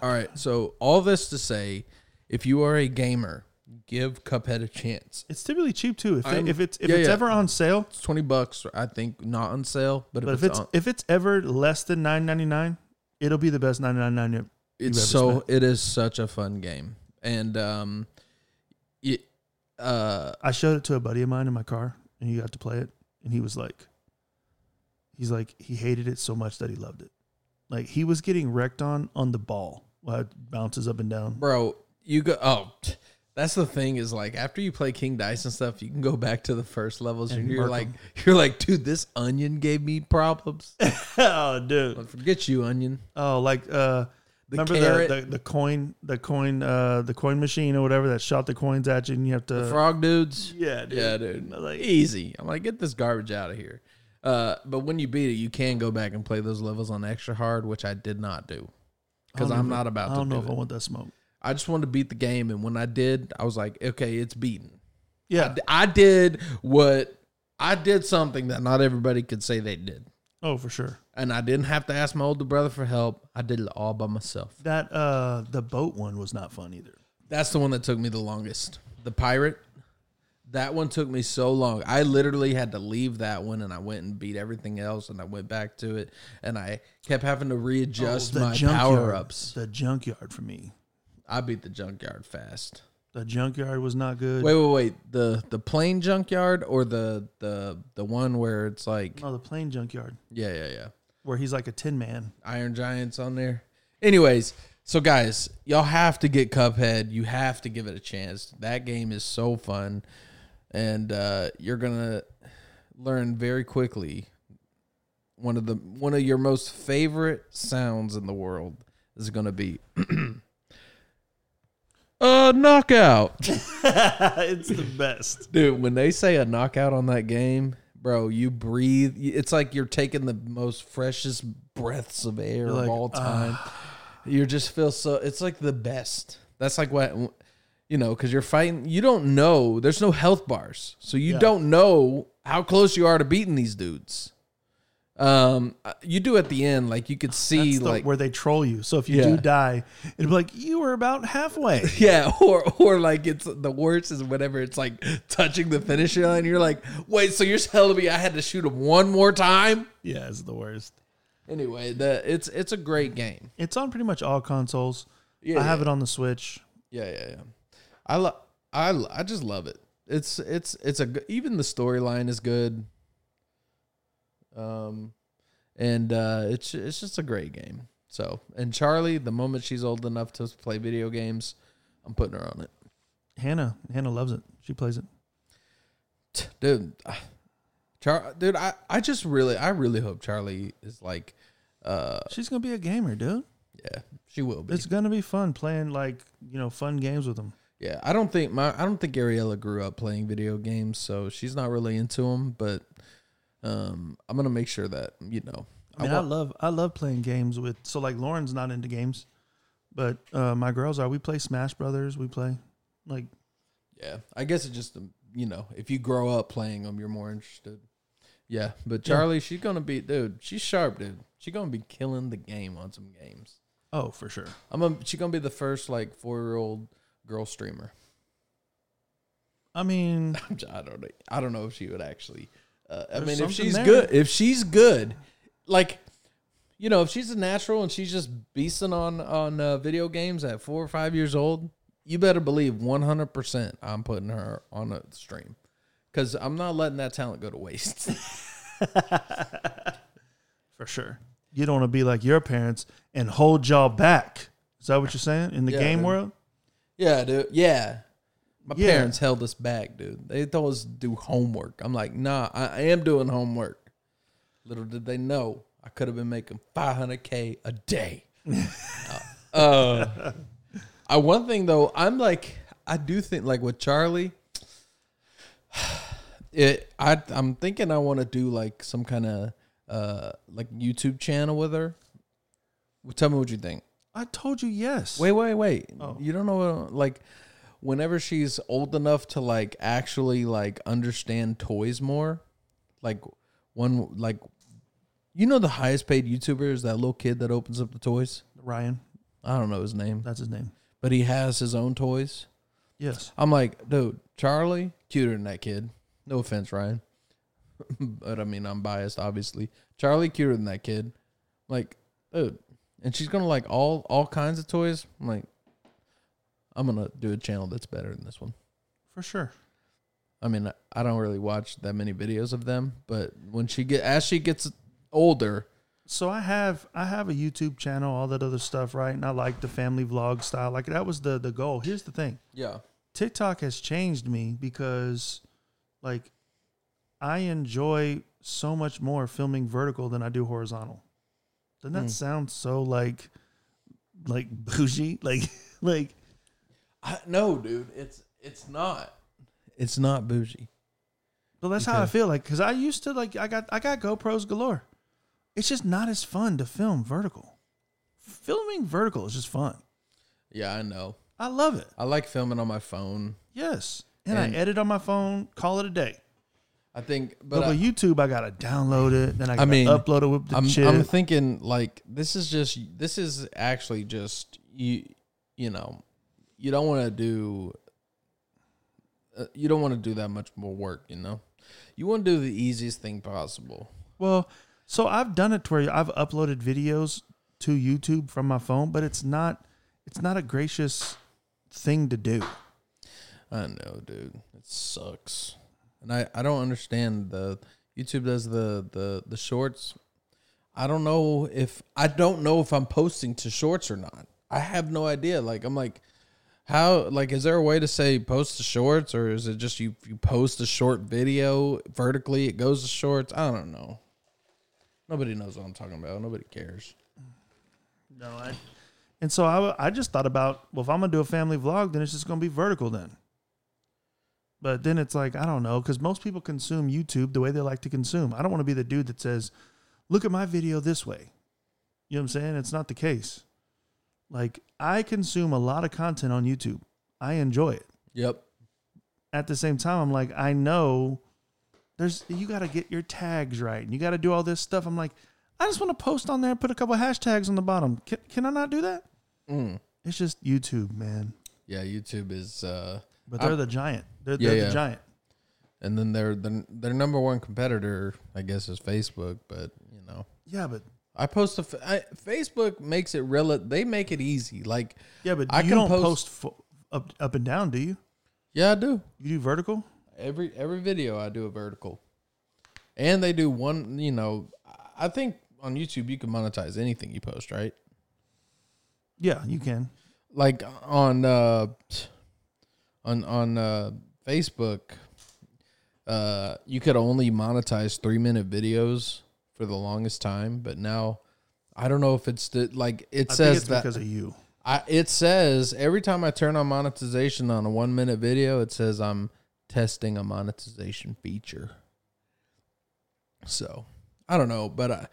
[SPEAKER 2] All right. So, all this to say, if you are a gamer, give Cuphead a chance.
[SPEAKER 1] It's typically cheap too. If, they,
[SPEAKER 2] I'm-
[SPEAKER 1] if it's if
[SPEAKER 2] yeah,
[SPEAKER 1] it's
[SPEAKER 2] yeah.
[SPEAKER 1] ever on sale,
[SPEAKER 2] It's 20 bucks, I think, not on sale, but,
[SPEAKER 1] but
[SPEAKER 2] if, it's, on,
[SPEAKER 1] if it's ever less than nine ninety nine, it'll be the best nine ninety nine.
[SPEAKER 2] it's
[SPEAKER 1] ever
[SPEAKER 2] so it is such a fun game. And um it, uh
[SPEAKER 1] I showed it to a buddy of mine in my car, and he got to play it, and he was like, he's like he hated it so much that he loved it. Like he was getting wrecked on on the ball while it bounces up and down.
[SPEAKER 2] bro you go oh t- that's the thing is like after you play king dice and stuff you can go back to the first levels and,
[SPEAKER 1] And
[SPEAKER 2] you're
[SPEAKER 1] mark
[SPEAKER 2] like you're like dude this onion gave me problems
[SPEAKER 1] oh, dude.
[SPEAKER 2] Don't forget you onion
[SPEAKER 1] Oh, like uh,
[SPEAKER 2] The
[SPEAKER 1] remember
[SPEAKER 2] carrot.
[SPEAKER 1] the, the the coin, the coin, uh, the coin machine or whatever that shot the coins at you, and you have to.
[SPEAKER 2] the frog dudes
[SPEAKER 1] Uh, yeah, dude.
[SPEAKER 2] yeah dude
[SPEAKER 1] Like-
[SPEAKER 2] easy i'm like get this garbage out of here uh, but when you beat it you can go back and play those levels on extra hard which i did not do because
[SPEAKER 1] I don't
[SPEAKER 2] i'm
[SPEAKER 1] know if-
[SPEAKER 2] not about
[SPEAKER 1] I
[SPEAKER 2] to
[SPEAKER 1] don't
[SPEAKER 2] do
[SPEAKER 1] know if I
[SPEAKER 2] it.
[SPEAKER 1] want that smoke.
[SPEAKER 2] I just wanted to beat the game and when i did i was like okay it's beaten
[SPEAKER 1] Yeah.
[SPEAKER 2] I did what I did something that not everybody could say they did.
[SPEAKER 1] oh, for sure.
[SPEAKER 2] And I didn't have to ask my older brother for help. I did it all by myself.
[SPEAKER 1] That uh, the boat one was not fun either.
[SPEAKER 2] That's the one that took me the longest. The pirate. That one took me so long. I literally had to leave that one and I went and beat everything else and I went back to it and I kept having to readjust
[SPEAKER 1] Oh, the
[SPEAKER 2] my
[SPEAKER 1] junkyard-
[SPEAKER 2] power ups.
[SPEAKER 1] The junkyard for me.
[SPEAKER 2] I beat the junkyard fast.
[SPEAKER 1] The junkyard was not good.
[SPEAKER 2] Wait, wait, wait. The the plain junkyard or the the the one where it's like
[SPEAKER 1] No, Oh, the plane junkyard
[SPEAKER 2] Yeah, yeah, yeah.
[SPEAKER 1] where he's like a tin man.
[SPEAKER 2] Iron Giants on there. Anyways, so guys, y'all have to get Cuphead. You have to give it a chance. That game is so fun, and uh, you're gonna learn very quickly one of the one of your most favorite sounds in the world is gonna be a knockout,
[SPEAKER 1] it's the best.
[SPEAKER 2] dude. When they say a knockout on that game. Bro, you breathe. It's like you're taking the most freshest breaths of air of
[SPEAKER 1] like, "Ah."
[SPEAKER 2] all time you just feel so it's like the best that's like what you know because you're fighting you don't know there's no health bars so you
[SPEAKER 1] Yeah.
[SPEAKER 2] don't know how close you are to beating these dudes um uh, you do at the end like you could see
[SPEAKER 1] That's the,
[SPEAKER 2] like
[SPEAKER 1] where they troll you. So if you
[SPEAKER 2] Yeah.
[SPEAKER 1] do die, it'd be like you were about halfway.
[SPEAKER 2] yeah or or like it's the worst is whenever it's like touching the finisher line you're like wait so you're telling me i had to shoot him one more time
[SPEAKER 1] yeah, it's the worst.
[SPEAKER 2] anyway the it's it's a great game
[SPEAKER 1] It's on pretty much all consoles.
[SPEAKER 2] Yeah,
[SPEAKER 1] I have
[SPEAKER 2] yeah.
[SPEAKER 1] it on the Switch.
[SPEAKER 2] Yeah, yeah, yeah. I love. I lo- I just love it. It's it's it's a good, even the storyline is good. Um, and uh, it's it's just a great game. So and Charlie, the moment she's old enough to play video games, I'm putting her on it,
[SPEAKER 1] Hannah, Hannah loves it. She plays it.
[SPEAKER 2] T- dude. I- Char, dude, I I just really I really hope Charlie is like, uh,
[SPEAKER 1] She's gonna be a gamer, dude.
[SPEAKER 2] yeah, she will be.
[SPEAKER 1] It's gonna be fun playing like you know fun games with them.
[SPEAKER 2] Yeah, I don't think my I don't think Ariella grew up playing video games, so she's not really into them. But um, I'm gonna make sure that you know.
[SPEAKER 1] I mean, I, love I love playing games with. So like Lauren's not into games, but uh, my girls are. We play Smash Brothers. We play like
[SPEAKER 2] yeah, I guess it just um, you know if you grow up playing them, you're more interested. Yeah, but Charlie, she's gonna be dude. She's sharp, dude. She's gonna be killing the game on some games.
[SPEAKER 1] oh for sure.
[SPEAKER 2] I'm gonna, she's gonna be the first like four year old girl streamer.
[SPEAKER 1] I mean,
[SPEAKER 2] I'm j- I don't know. I don't know if she would actually. Uh, I
[SPEAKER 1] There's
[SPEAKER 2] mean, if
[SPEAKER 1] something
[SPEAKER 2] she's
[SPEAKER 1] there.
[SPEAKER 2] good, if she's good, like you know, if she's a natural and she's just beasting on on uh, video games at four or five years old, you better believe 100. percent I'm putting her on a stream because I'm not letting that talent go to waste.
[SPEAKER 1] for sure. You don't want to be like your parents and hold y'all back. Is that what you're saying in the
[SPEAKER 2] Yeah,
[SPEAKER 1] game
[SPEAKER 2] dude.
[SPEAKER 1] world?
[SPEAKER 2] yeah, dude. Yeah. My
[SPEAKER 1] Yeah.
[SPEAKER 2] parents held us back, dude. They told us to do homework. I'm like, nah, I I am doing homework. Little did they know I could have been making 500k a day. uh, uh, I one thing though, I'm like, I do think like with Charlie, it. I I'm thinking I want to do like some kind of uh like YouTube channel with her. Tell me what you think.
[SPEAKER 1] I told you yes.
[SPEAKER 2] Wait, wait, wait.
[SPEAKER 1] Oh.
[SPEAKER 2] You don't know what, like whenever she's old enough to like actually like understand toys more, like one like you know the highest paid YouTuber is that little kid that opens up the toys?
[SPEAKER 1] Ryan,
[SPEAKER 2] I don't know his name,
[SPEAKER 1] that's his name.
[SPEAKER 2] but he has his own toys.
[SPEAKER 1] Yes.
[SPEAKER 2] I'm like, dude, Charlie cuter than that kid. No offense, Ryan. but I mean, I'm biased, obviously. Charlie cuter than that kid. Like, dude, and she's gonna like all all kinds of toys. I'm like, I'm gonna do a channel that's better than this one.
[SPEAKER 1] For sure.
[SPEAKER 2] I mean, I don't really watch that many videos of them, but when she get as she gets older,
[SPEAKER 1] So I have I have a YouTube channel, all that other stuff, right? And I like the family vlog style. Like that was the the goal. Here's the thing.
[SPEAKER 2] yeah,
[SPEAKER 1] TikTok has changed me because like I enjoy so much more filming vertical than I do horizontal. Doesn't that
[SPEAKER 2] Hmm.
[SPEAKER 1] sound so like like bougie? Like like
[SPEAKER 2] I, no, dude, it's it's not, it's not bougie.
[SPEAKER 1] but that's how I
[SPEAKER 2] Okay.
[SPEAKER 1] feel like cuz I used to like I got I got GoPros galore. It's just not as fun to film vertical. Filming vertical is just fun.
[SPEAKER 2] Yeah, I know.
[SPEAKER 1] I love it.
[SPEAKER 2] I like filming on my phone.
[SPEAKER 1] Yes. And,
[SPEAKER 2] And-
[SPEAKER 1] I edit on my phone, call it a day.
[SPEAKER 2] I think,
[SPEAKER 1] But,
[SPEAKER 2] but, I-
[SPEAKER 1] with YouTube, I gotta download it, then I gotta
[SPEAKER 2] mean,
[SPEAKER 1] upload it with the
[SPEAKER 2] I'm,
[SPEAKER 1] chip.
[SPEAKER 2] I'm thinking like this is just this is actually just you you know you don't want to do uh, you don't want to do that much more work you know you want to do the easiest thing possible
[SPEAKER 1] Well, so I've done it to where I've uploaded videos to YouTube from my phone, but it's not it's not a gracious thing to do.
[SPEAKER 2] I know dude it sucks and I I don't understand the YouTube does the the the shorts I don't know if I don't know if I'm posting to shorts or not I have no idea like I'm like How like is there a way to say post to shorts or is it just you you post a short video vertically it goes to shorts? I don't know. Nobody knows what I'm talking about. Nobody cares.
[SPEAKER 1] No, I. And so I, w- I just thought about well, if I'm gonna do a family vlog, then it's just gonna be vertical then. But then it's like I don't know because most people consume YouTube the way they like to consume. I don't want to be the dude that says, "Look at my video this way." You know what I'm saying? It's not the case. Like I consume a lot of content on YouTube. I enjoy it.
[SPEAKER 2] Yep.
[SPEAKER 1] at the same time, I'm like, I know there's you got to get your tags right and you got to do all this stuff. I'm like, I just want to post on there and put a couple hashtags on the bottom. Can, can I not do that?
[SPEAKER 2] Mm.
[SPEAKER 1] It's just YouTube, man.
[SPEAKER 2] Yeah, YouTube is uh
[SPEAKER 1] But they're
[SPEAKER 2] I'm-
[SPEAKER 1] the giant. They're,
[SPEAKER 2] Yeah,
[SPEAKER 1] they're
[SPEAKER 2] yeah.
[SPEAKER 1] the giant.
[SPEAKER 2] and then their their their number one competitor I guess is Facebook, but you know.
[SPEAKER 1] Yeah, but
[SPEAKER 2] I post a f- I, Facebook makes it real they make it easy. Like
[SPEAKER 1] yeah, but
[SPEAKER 2] I
[SPEAKER 1] you
[SPEAKER 2] can
[SPEAKER 1] don't
[SPEAKER 2] post-
[SPEAKER 1] post, fo- up up and down, do you?
[SPEAKER 2] yeah, I do.
[SPEAKER 1] You do vertical.
[SPEAKER 2] Every every video I do a vertical, and they do one. You know, I- I think on YouTube you can monetize anything you post, right?
[SPEAKER 1] Yeah, you can.
[SPEAKER 2] Like on uh, on on uh, Facebook, uh, you could only monetize three minute videos for the longest time, but now I don't know if it's the, like it
[SPEAKER 1] I think
[SPEAKER 2] says
[SPEAKER 1] it's
[SPEAKER 2] that
[SPEAKER 1] because of you.
[SPEAKER 2] I it says every time I turn on monetization on a one minute video, it says I'm testing a monetization feature. So I don't know, but I,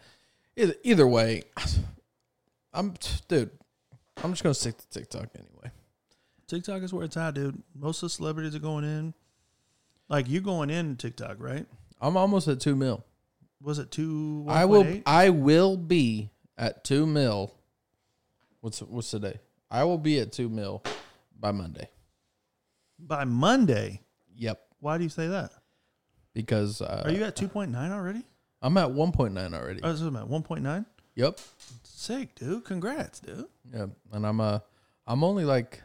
[SPEAKER 2] either, either way, I'm dude. I'm just gonna stick to TikTok anyway.
[SPEAKER 1] TikTok is where it's at, dude. Most of the celebrities are going in. Like you going in TikTok, right?
[SPEAKER 2] I'm almost at two mil.
[SPEAKER 1] Was it two?
[SPEAKER 2] I will. I will be at two mil. What's what's today? I will be at two mil by Monday.
[SPEAKER 1] by Monday.
[SPEAKER 2] Yep,
[SPEAKER 1] Why do you say that?
[SPEAKER 2] because uh,
[SPEAKER 1] Are you at two point nine already?
[SPEAKER 2] I'm at one point nine already.
[SPEAKER 1] Oh, this is about one point nine.
[SPEAKER 2] yep.
[SPEAKER 1] Sick, dude. Congrats, dude.
[SPEAKER 2] Yeah, and I'm uh I'm only like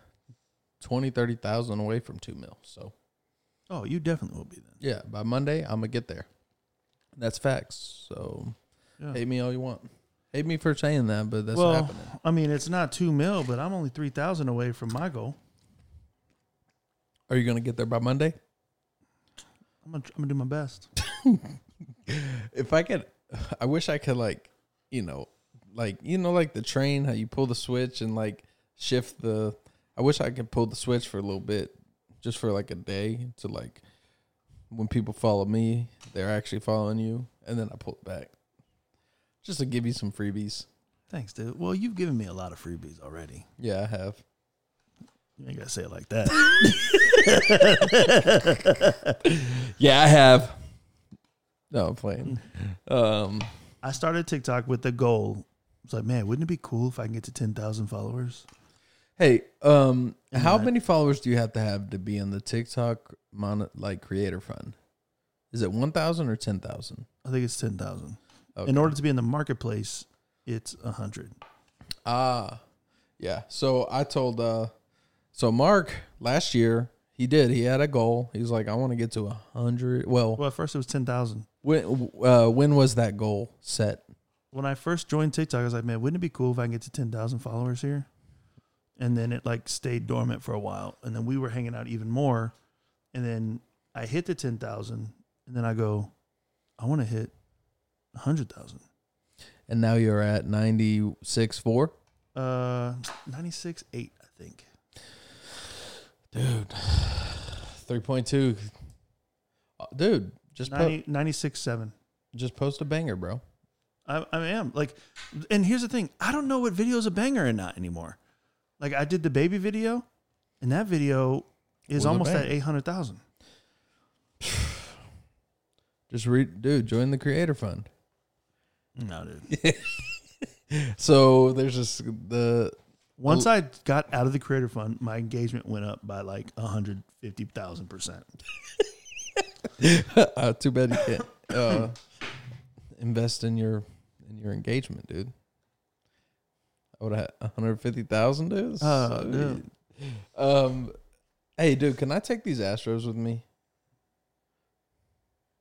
[SPEAKER 2] 20, 30,000 away from 2 mil. So,
[SPEAKER 1] Oh, you definitely will be then.
[SPEAKER 2] yeah, by Monday I'm going to get there. That's facts. So,
[SPEAKER 1] Yeah.
[SPEAKER 2] hate me all you want. Hate me for saying that, but that's
[SPEAKER 1] well,
[SPEAKER 2] happening.
[SPEAKER 1] I mean, it's not two mil, but I'm only three thousand away from my goal.
[SPEAKER 2] Are you going to get there by Monday?
[SPEAKER 1] I'm gonna, I'm gonna do my best.
[SPEAKER 2] If I could I wish I could like, you know, like you know like the train how you pull the switch and like shift the I wish I could pull the switch for a little bit just for like a day to like when people follow me, they're actually following you and then I pull it back. Just to give you some freebies.
[SPEAKER 1] Thanks, dude. Well, you've given me a lot of freebies already.
[SPEAKER 2] Yeah, I have.
[SPEAKER 1] You ain't gotta say it like that.
[SPEAKER 2] Yeah, I have. No, I'm playing. Um
[SPEAKER 1] I started TikTok with the goal. It's like, man, wouldn't it be cool if I can get to ten thousand followers?
[SPEAKER 2] Hey, um,
[SPEAKER 1] And
[SPEAKER 2] how
[SPEAKER 1] I-
[SPEAKER 2] many followers do you have to have to be in the TikTok mon- like creator fund? Is it one thousand or ten thousand?
[SPEAKER 1] I think it's ten thousand.
[SPEAKER 2] Okay.
[SPEAKER 1] In order to be in the marketplace, it's a hundred.
[SPEAKER 2] Ah, yeah. So I told, uh, so Mark last year he did. He had a goal. He was like, I want to get to a hundred. Well,
[SPEAKER 1] Well, at first it was ten thousand.
[SPEAKER 2] when uh, when was that goal set?
[SPEAKER 1] When I first joined TikTok, I was like, man, wouldn't it be cool if I can get to ten thousand followers here? And then it like stayed dormant for a while, and then we were hanging out even more, and then I hit the ten thousand, and then I go, I want to hit a hundred thousand.
[SPEAKER 2] And now you're at ninety six four.
[SPEAKER 1] Uh, ninety six eight, I think.
[SPEAKER 2] Dude, three point two. Uh, Dude, just po-
[SPEAKER 1] 90, 96 seven.
[SPEAKER 2] just post a banger, bro.
[SPEAKER 1] I, I am like, and here's the thing: I don't know what video is a banger or not anymore. Like I did the baby video, and that video
[SPEAKER 2] Was
[SPEAKER 1] is
[SPEAKER 2] a
[SPEAKER 1] almost at
[SPEAKER 2] banger.
[SPEAKER 1] eight hundred thousand.
[SPEAKER 2] Just read, dude, join the creator fund.
[SPEAKER 1] No, dude.
[SPEAKER 2] So there's this the
[SPEAKER 1] Once I got out of the creator fund, my engagement went up by like hundred fifty thousand percent.
[SPEAKER 2] uh, too bad you can't uh, invest in your in your engagement, dude. I would have 150,000, dude.
[SPEAKER 1] Oh, dude.
[SPEAKER 2] Um, hey, dude, can I take these Astros with me?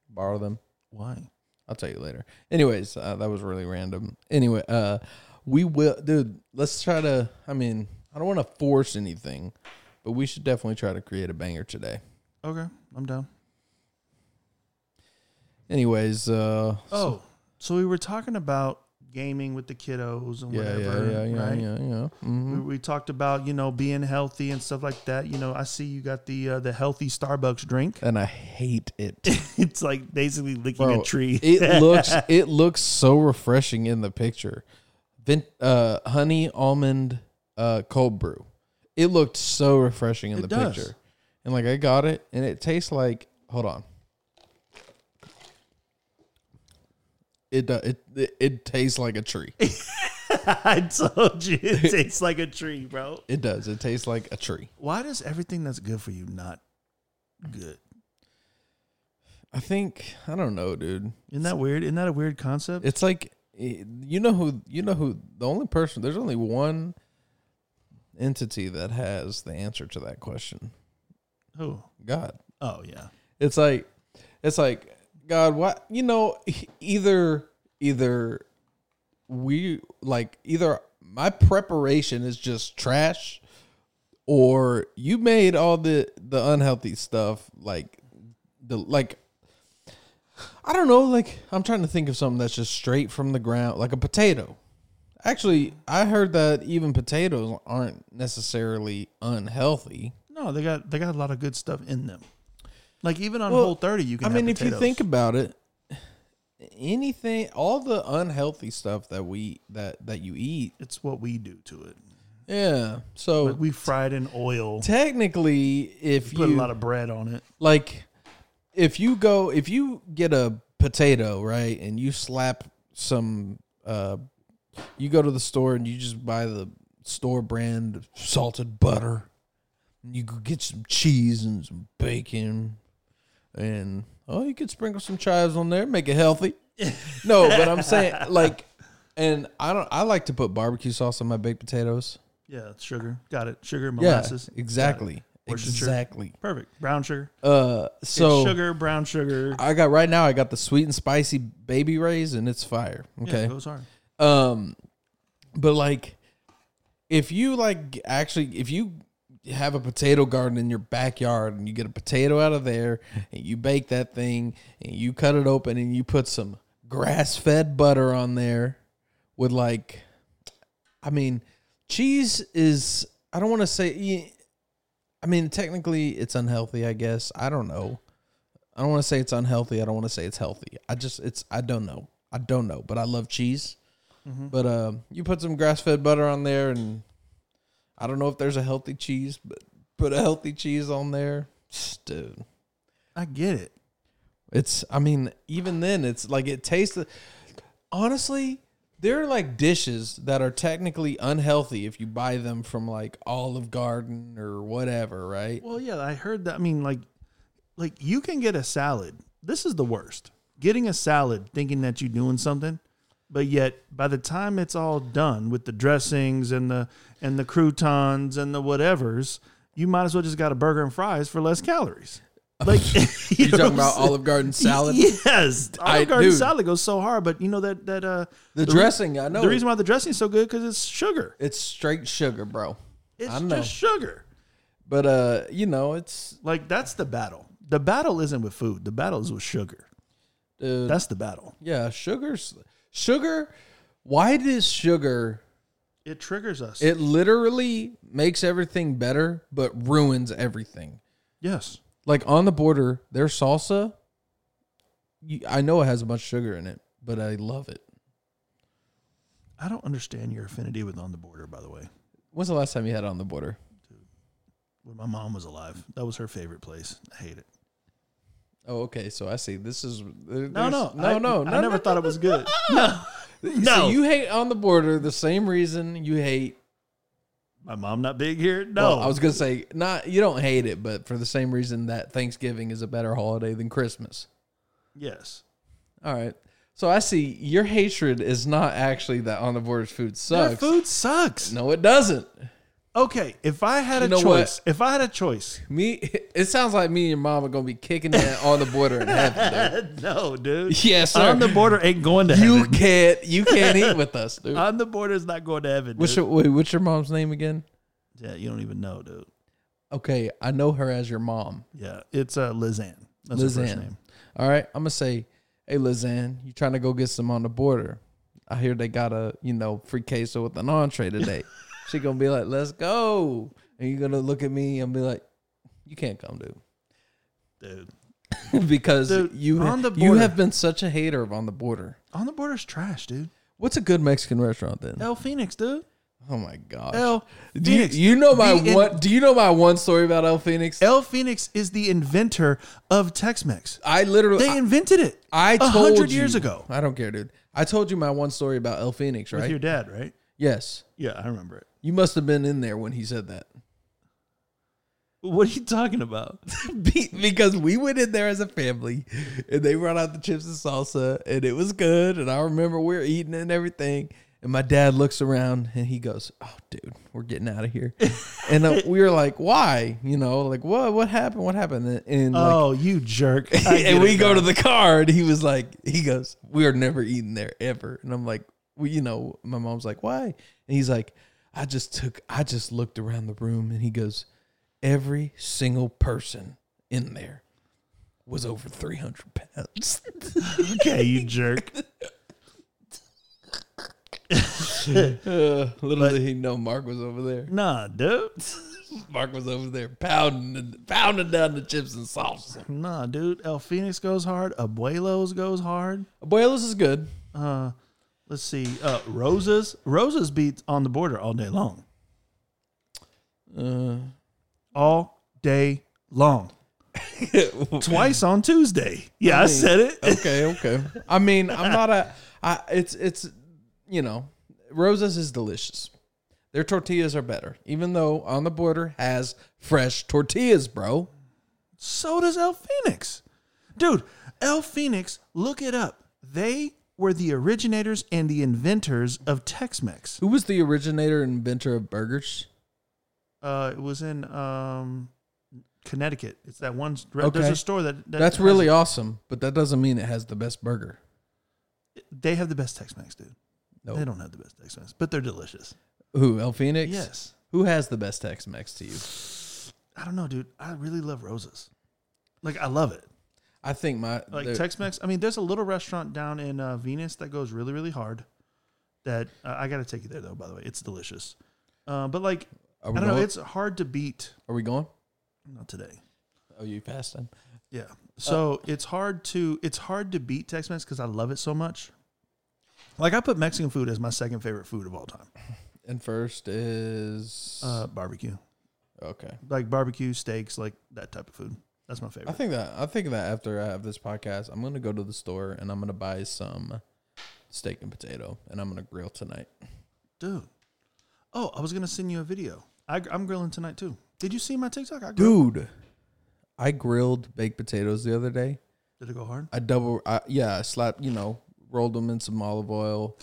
[SPEAKER 2] Borrow them.
[SPEAKER 1] Why?
[SPEAKER 2] I'll tell you later. Anyways, uh, that was really random. Anyway, uh, we will, dude. Let's try to. I mean, I don't want to force anything, but we should definitely try to create a banger today.
[SPEAKER 1] Okay, I'm down.
[SPEAKER 2] Anyways, uh,
[SPEAKER 1] Oh, so we were talking about gaming with the kiddos and
[SPEAKER 2] yeah,
[SPEAKER 1] whatever,
[SPEAKER 2] yeah, yeah, yeah,
[SPEAKER 1] right?
[SPEAKER 2] yeah, yeah.
[SPEAKER 1] We,
[SPEAKER 2] hmm
[SPEAKER 1] we talked about you know being healthy and stuff like that. You know, I see you got the uh, the healthy Starbucks drink.
[SPEAKER 2] And I hate it.
[SPEAKER 1] it's like basically licking
[SPEAKER 2] Bro,
[SPEAKER 1] a tree.
[SPEAKER 2] it looks, it looks so refreshing in the picture. Vin, uh, honey almond, uh, cold brew. It looked so refreshing in
[SPEAKER 1] It
[SPEAKER 2] the
[SPEAKER 1] does.
[SPEAKER 2] picture, and like I got it, and it tastes like. Hold on. It do- it it, it tastes like a tree.
[SPEAKER 1] I told you it tastes like a tree, bro.
[SPEAKER 2] It does. It tastes like a tree.
[SPEAKER 1] Why does everything that's good for you not good?
[SPEAKER 2] I think I don't know, dude.
[SPEAKER 1] Isn't that weird? Isn't that a weird concept?
[SPEAKER 2] It's like eh, you know who you know who the only person there's only one entity that has the answer to that question.
[SPEAKER 1] Who?
[SPEAKER 2] God.
[SPEAKER 1] Oh yeah.
[SPEAKER 2] It's like it's like God, what you know e- either either we like either my preparation is just trash or you made all the the unhealthy stuff like the like I don't know, like I'm trying to think of something that's just straight from the ground, like a potato. Actually, I heard that even potatoes aren't necessarily unhealthy.
[SPEAKER 1] No, they got they got a lot of good stuff in them. Like even on
[SPEAKER 2] Well,
[SPEAKER 1] Whole 30, you can.
[SPEAKER 2] I
[SPEAKER 1] have
[SPEAKER 2] mean, if you
[SPEAKER 1] potatoes.
[SPEAKER 2] think about it, anything, all the unhealthy stuff that we that that you eat,
[SPEAKER 1] it's what we do to it.
[SPEAKER 2] yeah. So
[SPEAKER 1] Like we fry it in oil,
[SPEAKER 2] technically, if
[SPEAKER 1] put a
[SPEAKER 2] you
[SPEAKER 1] lot of bread on it.
[SPEAKER 2] like, if you go, if you get a potato right, and you slap some, uh, you go to the store and you just buy the store brand salted butter. You could get some cheese and some bacon, and oh, you could sprinkle some chives on there, make it healthy. no, but I'm saying like, and I don't. I like to put barbecue sauce on my baked potatoes.
[SPEAKER 1] Yeah, sugar. Got it. Sugar,
[SPEAKER 2] Yeah,
[SPEAKER 1] molasses.
[SPEAKER 2] exactly,
[SPEAKER 1] Worcestershire.
[SPEAKER 2] exactly.
[SPEAKER 1] Perfect. Brown sugar.
[SPEAKER 2] Uh, so
[SPEAKER 1] it's sugar, brown sugar.
[SPEAKER 2] I got right now. I got the sweet and spicy baby rays, and it's fire.
[SPEAKER 1] Yeah,
[SPEAKER 2] Okay.
[SPEAKER 1] it goes hard.
[SPEAKER 2] Um, but like, if you like actually, if you have a potato garden in your backyard and you get a potato out of there and you bake that thing and you cut it open and you put some grass fed butter on there with like, I mean, cheese is, I don't want to say, y- I mean, technically it's unhealthy, I guess. I don't know. I don't want to say it's unhealthy. I don't want to say it's healthy. I just, it's, I don't know. I don't know, but I love cheese. But uh, you put some grass fed butter on there, and I don't know if there's a healthy cheese, but put a healthy cheese on there, dude.
[SPEAKER 1] I get it.
[SPEAKER 2] It's I mean, even then, it's like it tastes. Honestly, there are like dishes that are technically unhealthy if you buy them from like Olive Garden or whatever, right?
[SPEAKER 1] Well, yeah, I heard that. I mean, like, like you can get a salad. This is the worst. Getting a salad, thinking that you're doing something, but yet by the time it's all done with the dressings and the and the croutons and the whatever's, you might as well just got a burger and fries for less calories. Like
[SPEAKER 2] You talking about Olive Garden salad?
[SPEAKER 1] Yes, Olive
[SPEAKER 2] I-
[SPEAKER 1] Garden
[SPEAKER 2] dude.
[SPEAKER 1] salad goes so hard, but you know that that uh
[SPEAKER 2] The
[SPEAKER 1] re-
[SPEAKER 2] dressing, I know.
[SPEAKER 1] the reason why the dressing's so good because it's sugar.
[SPEAKER 2] it's straight sugar, bro.
[SPEAKER 1] It's
[SPEAKER 2] I
[SPEAKER 1] just
[SPEAKER 2] know.
[SPEAKER 1] sugar.
[SPEAKER 2] But uh, you know, it's
[SPEAKER 1] Like that's the battle. The battle isn't with food. The battle is with sugar.
[SPEAKER 2] dude,
[SPEAKER 1] That's the battle.
[SPEAKER 2] Yeah, sugar's sugar. Why does sugar?
[SPEAKER 1] It triggers us.
[SPEAKER 2] It literally makes everything better, but ruins everything.
[SPEAKER 1] yes.
[SPEAKER 2] Like on the border, their salsa. You, I know it has a bunch of sugar in it, but I love it.
[SPEAKER 1] I don't understand your affinity with on the border, by the way.
[SPEAKER 2] When's the last time you had it on the border?
[SPEAKER 1] When my mom was alive, that was her favorite place. I hate it.
[SPEAKER 2] Oh, okay. So I see. This is no,
[SPEAKER 1] no,
[SPEAKER 2] no,
[SPEAKER 1] I-
[SPEAKER 2] no, no.
[SPEAKER 1] I never
[SPEAKER 2] no,
[SPEAKER 1] thought it was good. No,
[SPEAKER 2] So
[SPEAKER 1] no.
[SPEAKER 2] you hate on the border the same reason you hate.
[SPEAKER 1] my mom not big here. No,
[SPEAKER 2] Well, I was gonna say not. You don't hate it, but for the same reason that Thanksgiving is a better holiday than Christmas.
[SPEAKER 1] yes.
[SPEAKER 2] All right. So I see your hatred is not actually that on the border's food
[SPEAKER 1] Their
[SPEAKER 2] sucks.
[SPEAKER 1] food sucks.
[SPEAKER 2] No, it doesn't.
[SPEAKER 1] Okay, if I had a
[SPEAKER 2] You know
[SPEAKER 1] choice, if I had a choice,
[SPEAKER 2] Me, it sounds like me and your mom are gonna be kicking that on the border in heaven.
[SPEAKER 1] no, dude.
[SPEAKER 2] Dude. Yes, sir.
[SPEAKER 1] On the border ain't going to
[SPEAKER 2] you
[SPEAKER 1] heaven.
[SPEAKER 2] can't, you can't eat with us, dude.
[SPEAKER 1] On the border is not going to heaven.
[SPEAKER 2] What's
[SPEAKER 1] dude.
[SPEAKER 2] your, wait, what's your mom's name again?
[SPEAKER 1] yeah, you don't even know, dude.
[SPEAKER 2] Okay, I know her as your mom,
[SPEAKER 1] Yeah, it's uh, Lizanne. That's her first
[SPEAKER 2] Lizanne.
[SPEAKER 1] name.
[SPEAKER 2] All right, I'm gonna say, hey, Lizanne, you trying to go get some on the border? I hear they got a you know free queso with an entree today. she gonna be like, let's go, and you're gonna look at me and be like, you can't come, dude.
[SPEAKER 1] Dude,
[SPEAKER 2] because
[SPEAKER 1] Dude,
[SPEAKER 2] you
[SPEAKER 1] on the
[SPEAKER 2] you
[SPEAKER 1] border.
[SPEAKER 2] have been such a hater of on the border.
[SPEAKER 1] on the border's trash, dude.
[SPEAKER 2] What's a good Mexican restaurant then?
[SPEAKER 1] El Phoenix, dude.
[SPEAKER 2] Oh my gosh.
[SPEAKER 1] El
[SPEAKER 2] do you,
[SPEAKER 1] Phoenix.
[SPEAKER 2] you know my
[SPEAKER 1] The in-
[SPEAKER 2] one do you know my one story about El Phoenix?
[SPEAKER 1] El Phoenix is the inventor of Tex-Mex.
[SPEAKER 2] I literally
[SPEAKER 1] They invented it.
[SPEAKER 2] I, I
[SPEAKER 1] a
[SPEAKER 2] told
[SPEAKER 1] hundred years
[SPEAKER 2] you-
[SPEAKER 1] ago.
[SPEAKER 2] I don't care, dude. I told you my one story about El Phoenix,
[SPEAKER 1] With
[SPEAKER 2] right?
[SPEAKER 1] your dad, right?
[SPEAKER 2] yes.
[SPEAKER 1] Yeah, I remember it.
[SPEAKER 2] You must have been in there when he said that.
[SPEAKER 1] What are you talking about?
[SPEAKER 2] Be- because we went in there as a family and they brought out the chips and salsa and it was good and I remember we were eating and everything and my dad looks around and he goes, "Oh dude, we're getting out of here." and uh, we were like, "Why?" You know, like, "What what happened? What happened?" And, and, like
[SPEAKER 1] oh, you jerk! I get
[SPEAKER 2] and we
[SPEAKER 1] it
[SPEAKER 2] go
[SPEAKER 1] now.
[SPEAKER 2] to the car and he was like, he goes, "We are never eating there ever." And I'm like, "We you know, my mom's like, "Why?" And he's like, "I just took I just looked around the room and he goes, every single person in there was over 300 pounds.
[SPEAKER 1] okay, you jerk.
[SPEAKER 2] Uh, little did he know Mark was over there.
[SPEAKER 1] Nah, dude.
[SPEAKER 2] Mark was over there pounding and pounding down the chips and salsa.
[SPEAKER 1] Nah, dude. El Phoenix goes hard. Abuelos goes hard.
[SPEAKER 2] Abuelos is good.
[SPEAKER 1] Uh, let's see. Uh, Roses. Roses beats on the border all day long.
[SPEAKER 2] Uh,
[SPEAKER 1] All day long. Twice on Tuesday. Yeah, I said it.
[SPEAKER 2] okay, okay. I mean, I'm not a. I it's it's you know, Rosa's is delicious. Their tortillas are better, even though on the border has fresh tortillas, bro.
[SPEAKER 1] So does El Phoenix. Dude, El Phoenix, look it up. They were the originators and the inventors of Tex Mex.
[SPEAKER 2] Who was the originator and inventor of burgers?
[SPEAKER 1] Uh, it was in um, Connecticut. It's that one. There's
[SPEAKER 2] Okay.
[SPEAKER 1] a store that, that
[SPEAKER 2] That's
[SPEAKER 1] has-
[SPEAKER 2] really awesome, but that doesn't mean it has the best burger.
[SPEAKER 1] They have the best Tex Mex, dude.
[SPEAKER 2] No.
[SPEAKER 1] They don't have the best Tex Mex, but they're delicious.
[SPEAKER 2] Who? El Phoenix?
[SPEAKER 1] Yes.
[SPEAKER 2] Who has the best Tex-Mex to you?
[SPEAKER 1] I don't know, dude. I really love roses. Like I love it.
[SPEAKER 2] I think my
[SPEAKER 1] Like
[SPEAKER 2] there-
[SPEAKER 1] Tex Mex. I mean, there's a little restaurant down in uh, Venus that goes really, really hard. That uh, I got to take you there though. By the way, it's delicious. Uh, but like
[SPEAKER 2] Are
[SPEAKER 1] I
[SPEAKER 2] we
[SPEAKER 1] don't know,
[SPEAKER 2] going?
[SPEAKER 1] it's hard to beat.
[SPEAKER 2] Are we going?
[SPEAKER 1] Not today.
[SPEAKER 2] Oh, you fasting?
[SPEAKER 1] Yeah. So it's hard to it's hard to beat Tex Mex because I love it so much. Like I put Mexican food as my second favorite food of all time.
[SPEAKER 2] And first is
[SPEAKER 1] Uh, barbecue,
[SPEAKER 2] okay.
[SPEAKER 1] like barbecue steaks, like that type of food. That's my
[SPEAKER 2] I
[SPEAKER 1] favorite.
[SPEAKER 2] think that I think that after I have this podcast, I'm gonna go to the store and I'm gonna buy some steak and potato and I'm gonna grill tonight.
[SPEAKER 1] Dude. Oh, I was gonna send you a video. I, I'm grilling tonight too. Did you see my TikTok? I grilled.
[SPEAKER 2] Dude, I grilled baked potatoes the other day.
[SPEAKER 1] Did it go hard?
[SPEAKER 2] I double, I, yeah, I slapped, you know, rolled them in some olive oil,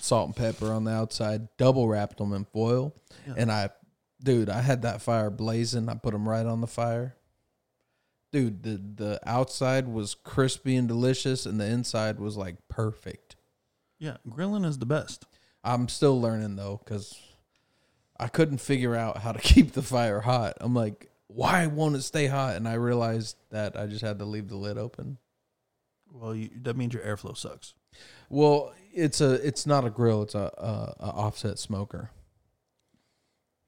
[SPEAKER 2] salt and pepper on the outside, double wrapped them in foil,
[SPEAKER 1] Yeah.
[SPEAKER 2] and I, dude, I had that fire blazing. I put them right on the fire. Dude, the the outside was crispy and delicious, and the inside was like perfect.
[SPEAKER 1] Yeah, grilling is the best.
[SPEAKER 2] I'm still learning though, cause I couldn't figure out how to keep the fire hot. I'm like, why won't it stay hot? And I realized that I just had to leave the lid open.
[SPEAKER 1] Well, you, that means your airflow sucks.
[SPEAKER 2] Well, it's a it's not a grill. It's a, a, a offset smoker.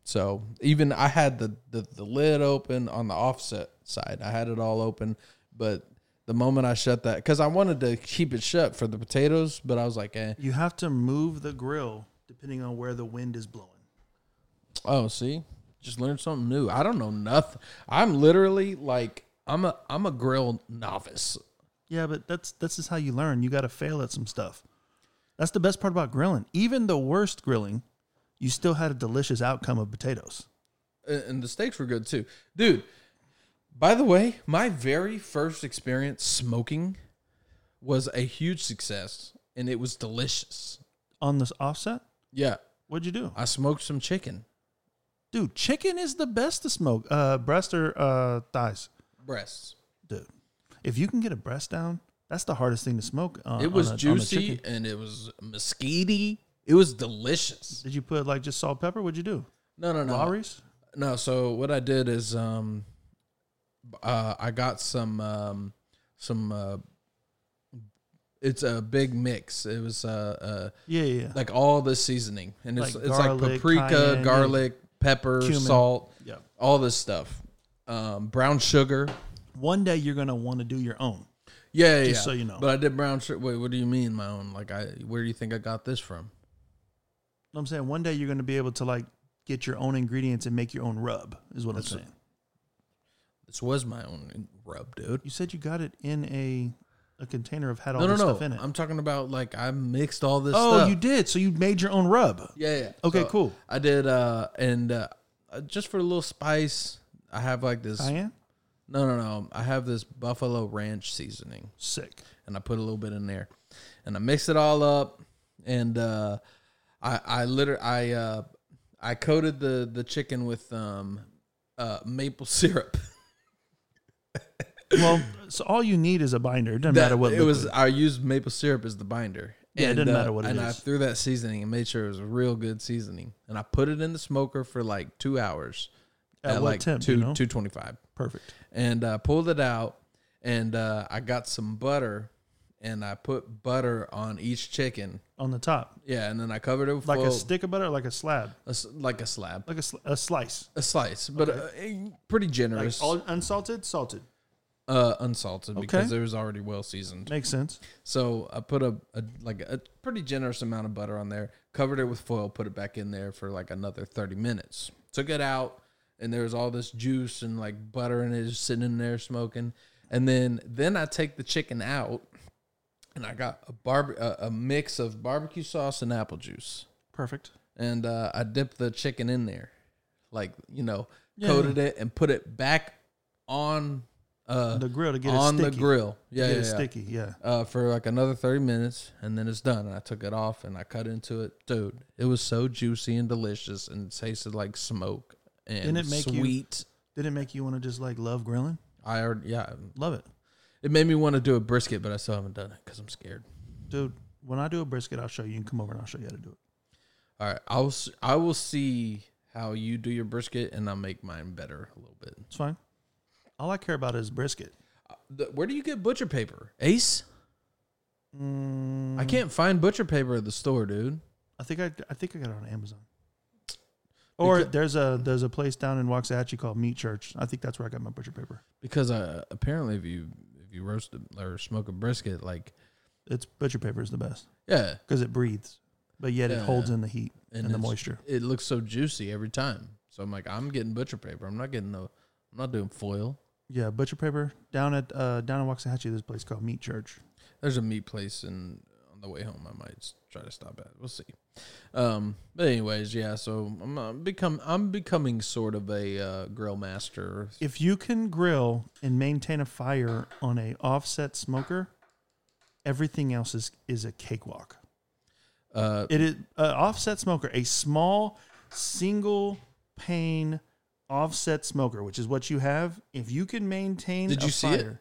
[SPEAKER 2] So even I had the, the the lid open on the offset side. I had it all open, but the moment I shut that, because I wanted to keep it shut for the potatoes, but I was like, eh.
[SPEAKER 1] You have to move the grill depending on where the wind is blowing.
[SPEAKER 2] Oh, see, just learned something new. I don't know nothing. I'm literally like I'm a I'm a grill novice.
[SPEAKER 1] Yeah, but that's this is how you learn. You got to fail at some stuff. That's the best part about grilling. Even the worst grilling, you still had a delicious outcome of potatoes.
[SPEAKER 2] and and the steaks were good too, dude. By the way, my very first experience smoking was a huge success, and it was delicious.
[SPEAKER 1] On this offset,
[SPEAKER 2] Yeah,
[SPEAKER 1] what'd you do,
[SPEAKER 2] I smoked some chicken
[SPEAKER 1] dude? Chicken is the best to smoke. Uh, breast or uh, thighs,
[SPEAKER 2] breasts.
[SPEAKER 1] dude. If you can get a breast down, that's the hardest thing to smoke. On,
[SPEAKER 2] It
[SPEAKER 1] on
[SPEAKER 2] was
[SPEAKER 1] a- Uh, on a
[SPEAKER 2] juicy
[SPEAKER 1] chicken.
[SPEAKER 2] and it was mesquite. It was delicious.
[SPEAKER 1] Did you put like just salt, pepper? What'd you do?
[SPEAKER 2] No, no, no,
[SPEAKER 1] Lowry's.
[SPEAKER 2] no. So what I did is, um, uh, I got some, um, some. Uh, it's a big mix. It was uh, uh,
[SPEAKER 1] Yeah, yeah, yeah.
[SPEAKER 2] like all the seasoning, and it's
[SPEAKER 1] Like
[SPEAKER 2] it's like
[SPEAKER 1] garlic,
[SPEAKER 2] paprika,
[SPEAKER 1] cayenne,
[SPEAKER 2] garlic, pepper,
[SPEAKER 1] cumin.
[SPEAKER 2] salt,
[SPEAKER 1] yeah.
[SPEAKER 2] all this stuff, um, brown sugar.
[SPEAKER 1] One day you're gonna want to do your own.
[SPEAKER 2] Yeah, yeah.
[SPEAKER 1] Just
[SPEAKER 2] yeah.
[SPEAKER 1] so you know.
[SPEAKER 2] but I did brown sugar. Wait, what do you mean my own? Like I, where do you think I got this from?
[SPEAKER 1] know what I'm saying one day you're going to be able to like get your own ingredients and make your own rub. Is what I'm saying.
[SPEAKER 2] This was my own rub, dude.
[SPEAKER 1] You said you got it in a a container of had all
[SPEAKER 2] No, no,
[SPEAKER 1] this
[SPEAKER 2] no.
[SPEAKER 1] stuff in it.
[SPEAKER 2] I'm talking about like I mixed all this.
[SPEAKER 1] oh,
[SPEAKER 2] stuff.
[SPEAKER 1] you did. So you made your own rub.
[SPEAKER 2] Yeah, yeah.
[SPEAKER 1] Okay,
[SPEAKER 2] So
[SPEAKER 1] cool.
[SPEAKER 2] I did, uh and uh, uh, just for a little spice, I have like this.
[SPEAKER 1] Cayenne,
[SPEAKER 2] No, no, no. I have this buffalo ranch seasoning.
[SPEAKER 1] sick.
[SPEAKER 2] and I put a little bit in there, and I mix it all up, and uh, I I literally I uh, I coated the the chicken with um uh maple syrup.
[SPEAKER 1] Well, so all you need is a binder. It doesn't matter what
[SPEAKER 2] it was. I used maple syrup as the binder.
[SPEAKER 1] Yeah, it
[SPEAKER 2] and, uh,
[SPEAKER 1] doesn't matter what it
[SPEAKER 2] and I
[SPEAKER 1] is.
[SPEAKER 2] threw that seasoning and made sure it was real good seasoning, and I put it in the smoker for like two hours
[SPEAKER 1] At what
[SPEAKER 2] like
[SPEAKER 1] temp,
[SPEAKER 2] two
[SPEAKER 1] you know?
[SPEAKER 2] two twenty five.
[SPEAKER 1] perfect.
[SPEAKER 2] and uh, pulled it out, and uh, I got some butter and I put butter on each chicken.
[SPEAKER 1] on the top,
[SPEAKER 2] Yeah, and then I covered it with
[SPEAKER 1] like a
[SPEAKER 2] foil-
[SPEAKER 1] stick of butter, or like a slab,
[SPEAKER 2] a s- like a slab,
[SPEAKER 1] like a, sl- a slice,
[SPEAKER 2] a slice, but uh, pretty
[SPEAKER 1] like
[SPEAKER 2] generous,
[SPEAKER 1] all unsalted, salted.
[SPEAKER 2] uh, unsalted
[SPEAKER 1] Okay.
[SPEAKER 2] because it was already well seasoned.
[SPEAKER 1] Makes sense.
[SPEAKER 2] So I put a, a like a pretty generous amount of butter on there, covered it with foil, put it back in there for like another 30 minutes. Took it out, and there was all this juice and like butter in it just sitting in there smoking. And then then I take the chicken out, and I got a barb a, a mix of barbecue sauce and apple juice,
[SPEAKER 1] Perfect.
[SPEAKER 2] and uh, I dipped the chicken in there, like you know,
[SPEAKER 1] Yeah.
[SPEAKER 2] coated it and put it back on uh,
[SPEAKER 1] The grill to get
[SPEAKER 2] on
[SPEAKER 1] it sticky.
[SPEAKER 2] the grill. Yeah,
[SPEAKER 1] get
[SPEAKER 2] yeah,
[SPEAKER 1] it
[SPEAKER 2] yeah
[SPEAKER 1] sticky. Yeah.
[SPEAKER 2] uh, for like another 30 minutes and then it's done. And I took it off and I cut into it. Dude, it was so juicy and delicious and tasted like smoke and
[SPEAKER 1] Didn't it make you-
[SPEAKER 2] sweet.
[SPEAKER 1] Did it make you want to just like love grilling?
[SPEAKER 2] I already, yeah,
[SPEAKER 1] Love it,
[SPEAKER 2] it made me want to do a brisket, but I still haven't done it because I'm scared.
[SPEAKER 1] dude. When I do a brisket, I'll show you. You can come over and I'll show you how to do it.
[SPEAKER 2] All right, I'll, s- I will see how you do your brisket and I'll make mine better a little bit.
[SPEAKER 1] It's fine. All I care about is brisket.
[SPEAKER 2] Uh, the- Where do you get butcher paper? Ace? I can't find butcher paper at the store, dude.
[SPEAKER 1] Mm, I think I, I think I got it on Amazon. Or
[SPEAKER 2] Because-
[SPEAKER 1] there's a there's a place down in Waxahachie called Meat Church. I think that's where I got my butcher paper.
[SPEAKER 2] Because uh, apparently, if you if you roast a- or smoke a brisket, like
[SPEAKER 1] It's butcher paper is the best
[SPEAKER 2] yeah,
[SPEAKER 1] because it breathes, but yet it
[SPEAKER 2] Yeah.
[SPEAKER 1] holds in the heat and, the
[SPEAKER 2] it's-
[SPEAKER 1] moisture.
[SPEAKER 2] It looks so juicy every time. So I'm like, I'm getting butcher paper. I'm not getting the. I'm not doing foil.
[SPEAKER 1] Yeah, butcher paper down at uh, down in Waxahachie. There's a place called Meat Church.
[SPEAKER 2] There's a meat place, and on the way home, I might s- try to stop at. We'll see. Um, but anyways, yeah. So I'm, i become. I'm becoming sort of a uh, grill master.
[SPEAKER 1] If you can grill and maintain a fire on a offset smoker, everything else is is a cakewalk.
[SPEAKER 2] Uh,
[SPEAKER 1] It is uh, offset smoker, a small single pane offset smoker, which is what you have. If you can maintain,
[SPEAKER 2] Did
[SPEAKER 1] a
[SPEAKER 2] you see it?
[SPEAKER 1] fire,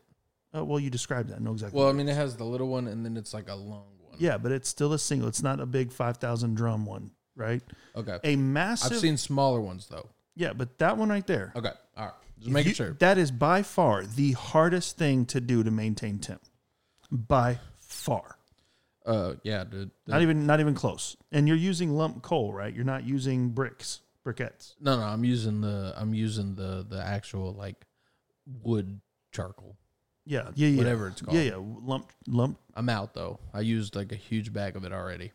[SPEAKER 1] Uh, well, you described that. I know exactly.
[SPEAKER 2] well, I
[SPEAKER 1] what it
[SPEAKER 2] mean,
[SPEAKER 1] is.
[SPEAKER 2] it has the little one, and then it's like a long one.
[SPEAKER 1] yeah, but it's still a single. It's not a big five thousand drum one, right?
[SPEAKER 2] Okay.
[SPEAKER 1] A massive.
[SPEAKER 2] I've seen smaller ones though.
[SPEAKER 1] yeah, but that one right there.
[SPEAKER 2] Okay. All right. Just
[SPEAKER 1] If
[SPEAKER 2] making
[SPEAKER 1] you-
[SPEAKER 2] sure.
[SPEAKER 1] That is by far the hardest thing to do to maintain temp. By far.
[SPEAKER 2] Uh, yeah, dude.
[SPEAKER 1] Not even not even close. And you're using lump coal, right? You're not using bricks, briquettes.
[SPEAKER 2] No, no, I'm using the I'm using the the actual like wood charcoal.
[SPEAKER 1] Yeah, yeah, yeah.
[SPEAKER 2] Whatever it's called.
[SPEAKER 1] Yeah, yeah. Lump lump.
[SPEAKER 2] I'm out though. I used like a huge bag of it already.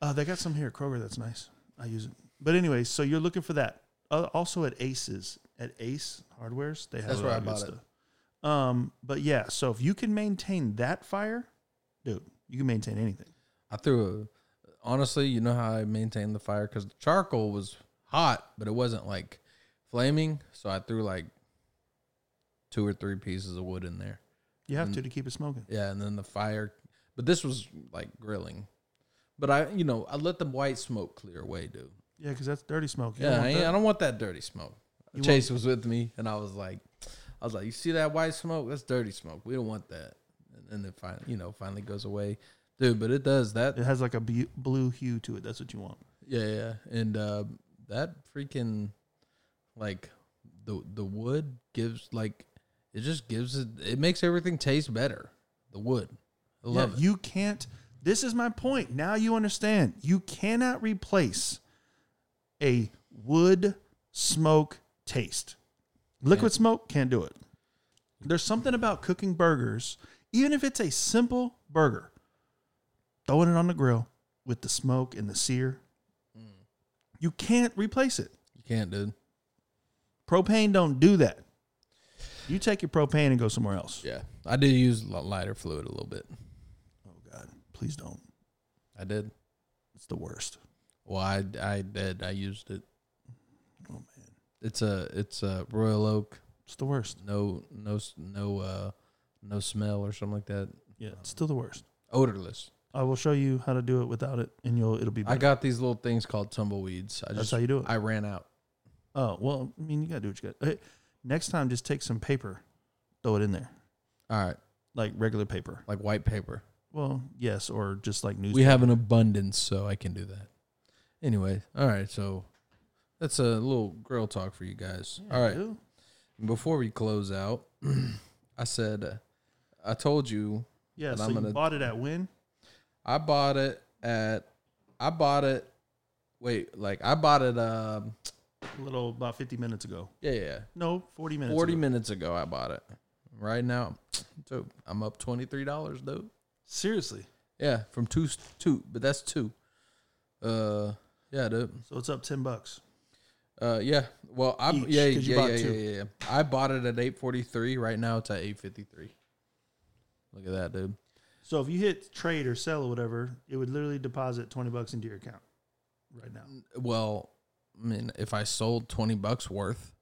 [SPEAKER 1] Uh, they got some here at Kroger that's nice. I use it. But anyway, so you're looking for that. Uh, also at Aces, at Ace Hardwares, they have
[SPEAKER 2] That's
[SPEAKER 1] a
[SPEAKER 2] where
[SPEAKER 1] lot
[SPEAKER 2] I
[SPEAKER 1] of good
[SPEAKER 2] bought it.
[SPEAKER 1] stuff. Um, but yeah, so if you can maintain that fire, dude, you can maintain anything.
[SPEAKER 2] I threw a honestly, you know how I maintained the fire because the charcoal was hot, but it wasn't like flaming. So I threw like two or three pieces of wood in there.
[SPEAKER 1] You have
[SPEAKER 2] Mm.
[SPEAKER 1] to to keep it smoking.
[SPEAKER 2] Yeah, and then the fire, but this was like grilling. But I, you know, I let the white smoke clear away, dude.
[SPEAKER 1] Yeah, because that's dirty smoke. You don't
[SPEAKER 2] Yeah, I,
[SPEAKER 1] want
[SPEAKER 2] ain't-
[SPEAKER 1] that.
[SPEAKER 2] I don't want that dirty smoke.
[SPEAKER 1] You
[SPEAKER 2] Chase was with me, and I was like, I was like, you see that white smoke? That's dirty smoke. We don't want that. And then it finally, you know, finally goes away, dude. But it does that.
[SPEAKER 1] It has like a bu- blue hue to it. That's what you want.
[SPEAKER 2] Yeah, yeah. And uh, that freaking, like, the the wood gives like, it just gives it. It makes everything taste better. The wood, I love
[SPEAKER 1] yeah,
[SPEAKER 2] it.
[SPEAKER 1] You can't. This is my point. Now you understand. You cannot replace a wood smoke taste. Liquid smoke can't do it. There's something about cooking burgers, even if it's a simple burger, throwing it on the grill with the smoke and the sear.
[SPEAKER 2] Mm.
[SPEAKER 1] You can't replace it.
[SPEAKER 2] You can't, dude.
[SPEAKER 1] Propane don't do that. You take your propane and go somewhere else.
[SPEAKER 2] Yeah, I did use li- lighter fluid a little bit.
[SPEAKER 1] Oh God, please don't.
[SPEAKER 2] I did.
[SPEAKER 1] It's the worst.
[SPEAKER 2] Well, I I did. I used it.
[SPEAKER 1] Oh man,
[SPEAKER 2] It's a it's a Royal Oak.
[SPEAKER 1] it's the worst.
[SPEAKER 2] no no s- no uh no smell or something like that
[SPEAKER 1] Yeah, it's still the worst.
[SPEAKER 2] odorless
[SPEAKER 1] I will show you how to do it without it, and you'll it'll be.
[SPEAKER 2] i
[SPEAKER 1] Better.
[SPEAKER 2] got these little things called tumbleweeds i
[SPEAKER 1] That's
[SPEAKER 2] just
[SPEAKER 1] how you do it.
[SPEAKER 2] i ran out
[SPEAKER 1] oh well, I mean, you gotta do what you got. Hey, next time, just take some paper, throw it in there,
[SPEAKER 2] all right
[SPEAKER 1] like regular paper.
[SPEAKER 2] like white paper
[SPEAKER 1] Well, yes, or just like news.
[SPEAKER 2] we have an abundance so i can do that anyway all right so that's a little grill talk for you guys all right
[SPEAKER 1] dude.
[SPEAKER 2] before we close out i said uh, i told you
[SPEAKER 1] Yeah,
[SPEAKER 2] But
[SPEAKER 1] so
[SPEAKER 2] I'm
[SPEAKER 1] you
[SPEAKER 2] gonna-
[SPEAKER 1] bought it at when?
[SPEAKER 2] I bought it at I bought it wait, like I bought it um
[SPEAKER 1] A little about 50 minutes ago.
[SPEAKER 2] yeah, yeah.
[SPEAKER 1] No, 40 minutes.
[SPEAKER 2] 40
[SPEAKER 1] ago.
[SPEAKER 2] minutes ago I bought it. Right now, dude, I'm up $23, dude.
[SPEAKER 1] Seriously.
[SPEAKER 2] Yeah, from two two, but that's two. Uh yeah, dude.
[SPEAKER 1] So it's up 10 bucks.
[SPEAKER 2] Uh yeah. Well, I
[SPEAKER 1] Each,
[SPEAKER 2] yeah,
[SPEAKER 1] 'cause you
[SPEAKER 2] yeah,
[SPEAKER 1] bought
[SPEAKER 2] yeah, yeah,
[SPEAKER 1] two.
[SPEAKER 2] yeah, yeah. I bought it at 8.43, right now it's at 8.53. Look at that, dude.
[SPEAKER 1] So if you hit trade or sell or whatever, it would literally deposit 20 bucks into your account right now.
[SPEAKER 2] Well, I mean, if I sold 20 bucks worth,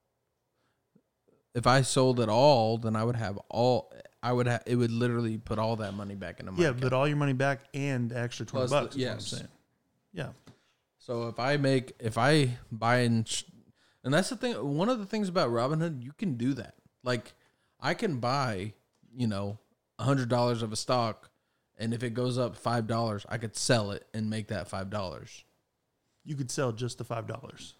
[SPEAKER 2] if I sold it all, then I would have all I would have it would literally put all that money back into my
[SPEAKER 1] yeah,
[SPEAKER 2] account.
[SPEAKER 1] but all your money back and the extra 20
[SPEAKER 2] Plus the-
[SPEAKER 1] bucks. is what I'm
[SPEAKER 2] yes.
[SPEAKER 1] saying. Yeah.
[SPEAKER 2] So if I make, if I buy and, sh- and that's the thing. One of the things about Robinhood, you can do that. Like, I can buy, you know, a hundred dollars of a stock, and if it goes up five dollars, I could sell it and make that five dollars.
[SPEAKER 1] You could sell just the $5.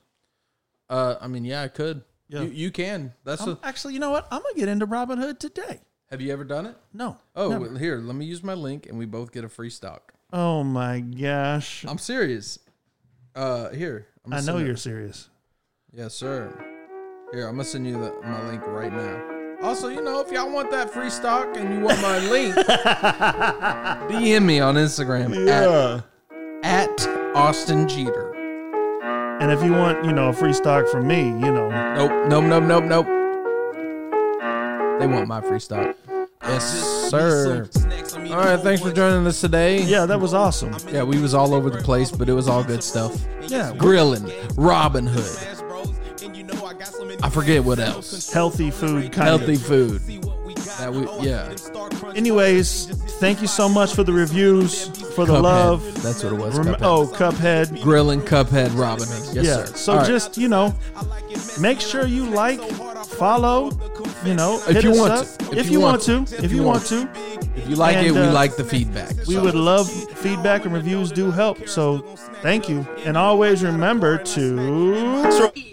[SPEAKER 2] Uh, I mean, yeah, I could.
[SPEAKER 1] Yeah.
[SPEAKER 2] You, you can. That's
[SPEAKER 1] I'm-
[SPEAKER 2] the
[SPEAKER 1] Um, actually, you know what? I'm going to get into Robinhood today.
[SPEAKER 2] have you ever done it?
[SPEAKER 1] No.
[SPEAKER 2] Oh,
[SPEAKER 1] never.
[SPEAKER 2] well, here, let me use my link, and we both get a free stock.
[SPEAKER 1] oh my gosh.
[SPEAKER 2] I'm serious. Uh, here, I'm
[SPEAKER 1] I
[SPEAKER 2] gonna
[SPEAKER 1] know
[SPEAKER 2] send it.
[SPEAKER 1] you're serious.
[SPEAKER 2] Yes, sir. Here, I'm gonna send you the, my link right now. Also, you know, if y'all want that free stock and you want my link, DM me on Instagram at, at Austin Jeter.
[SPEAKER 1] And if you want, you know, a free stock from me, you know,
[SPEAKER 2] Nope, nope, nope, nope, nope. They want my free stock. Yes, sir. All right, thanks for joining us today.
[SPEAKER 1] yeah, that was awesome.
[SPEAKER 2] Yeah, we was all over the place, but it was all good stuff.
[SPEAKER 1] Yeah.
[SPEAKER 2] Grilling, Robin Hood, I forget what else.
[SPEAKER 1] Healthy food, kind
[SPEAKER 2] healthy
[SPEAKER 1] of.
[SPEAKER 2] food. That we, yeah.
[SPEAKER 1] Anyways, thank you so much for the reviews, for the
[SPEAKER 2] Cuphead.
[SPEAKER 1] love.
[SPEAKER 2] That's what it was.
[SPEAKER 1] Rem-
[SPEAKER 2] Cuphead.
[SPEAKER 1] oh, Cuphead.
[SPEAKER 2] Grilling Cuphead Robin Hood. Yes,
[SPEAKER 1] yeah.
[SPEAKER 2] sir.
[SPEAKER 1] So
[SPEAKER 2] All right.
[SPEAKER 1] just, you know, make sure you like, follow, you know,
[SPEAKER 2] If
[SPEAKER 1] hit
[SPEAKER 2] you
[SPEAKER 1] us
[SPEAKER 2] want
[SPEAKER 1] up.
[SPEAKER 2] to.
[SPEAKER 1] If, you want to. If you want to.
[SPEAKER 2] if you like
[SPEAKER 1] and,
[SPEAKER 2] it, we
[SPEAKER 1] uh,
[SPEAKER 2] like the feedback.
[SPEAKER 1] We would love feedback and reviews do help. So thank you. And always remember to.
[SPEAKER 3] That's right.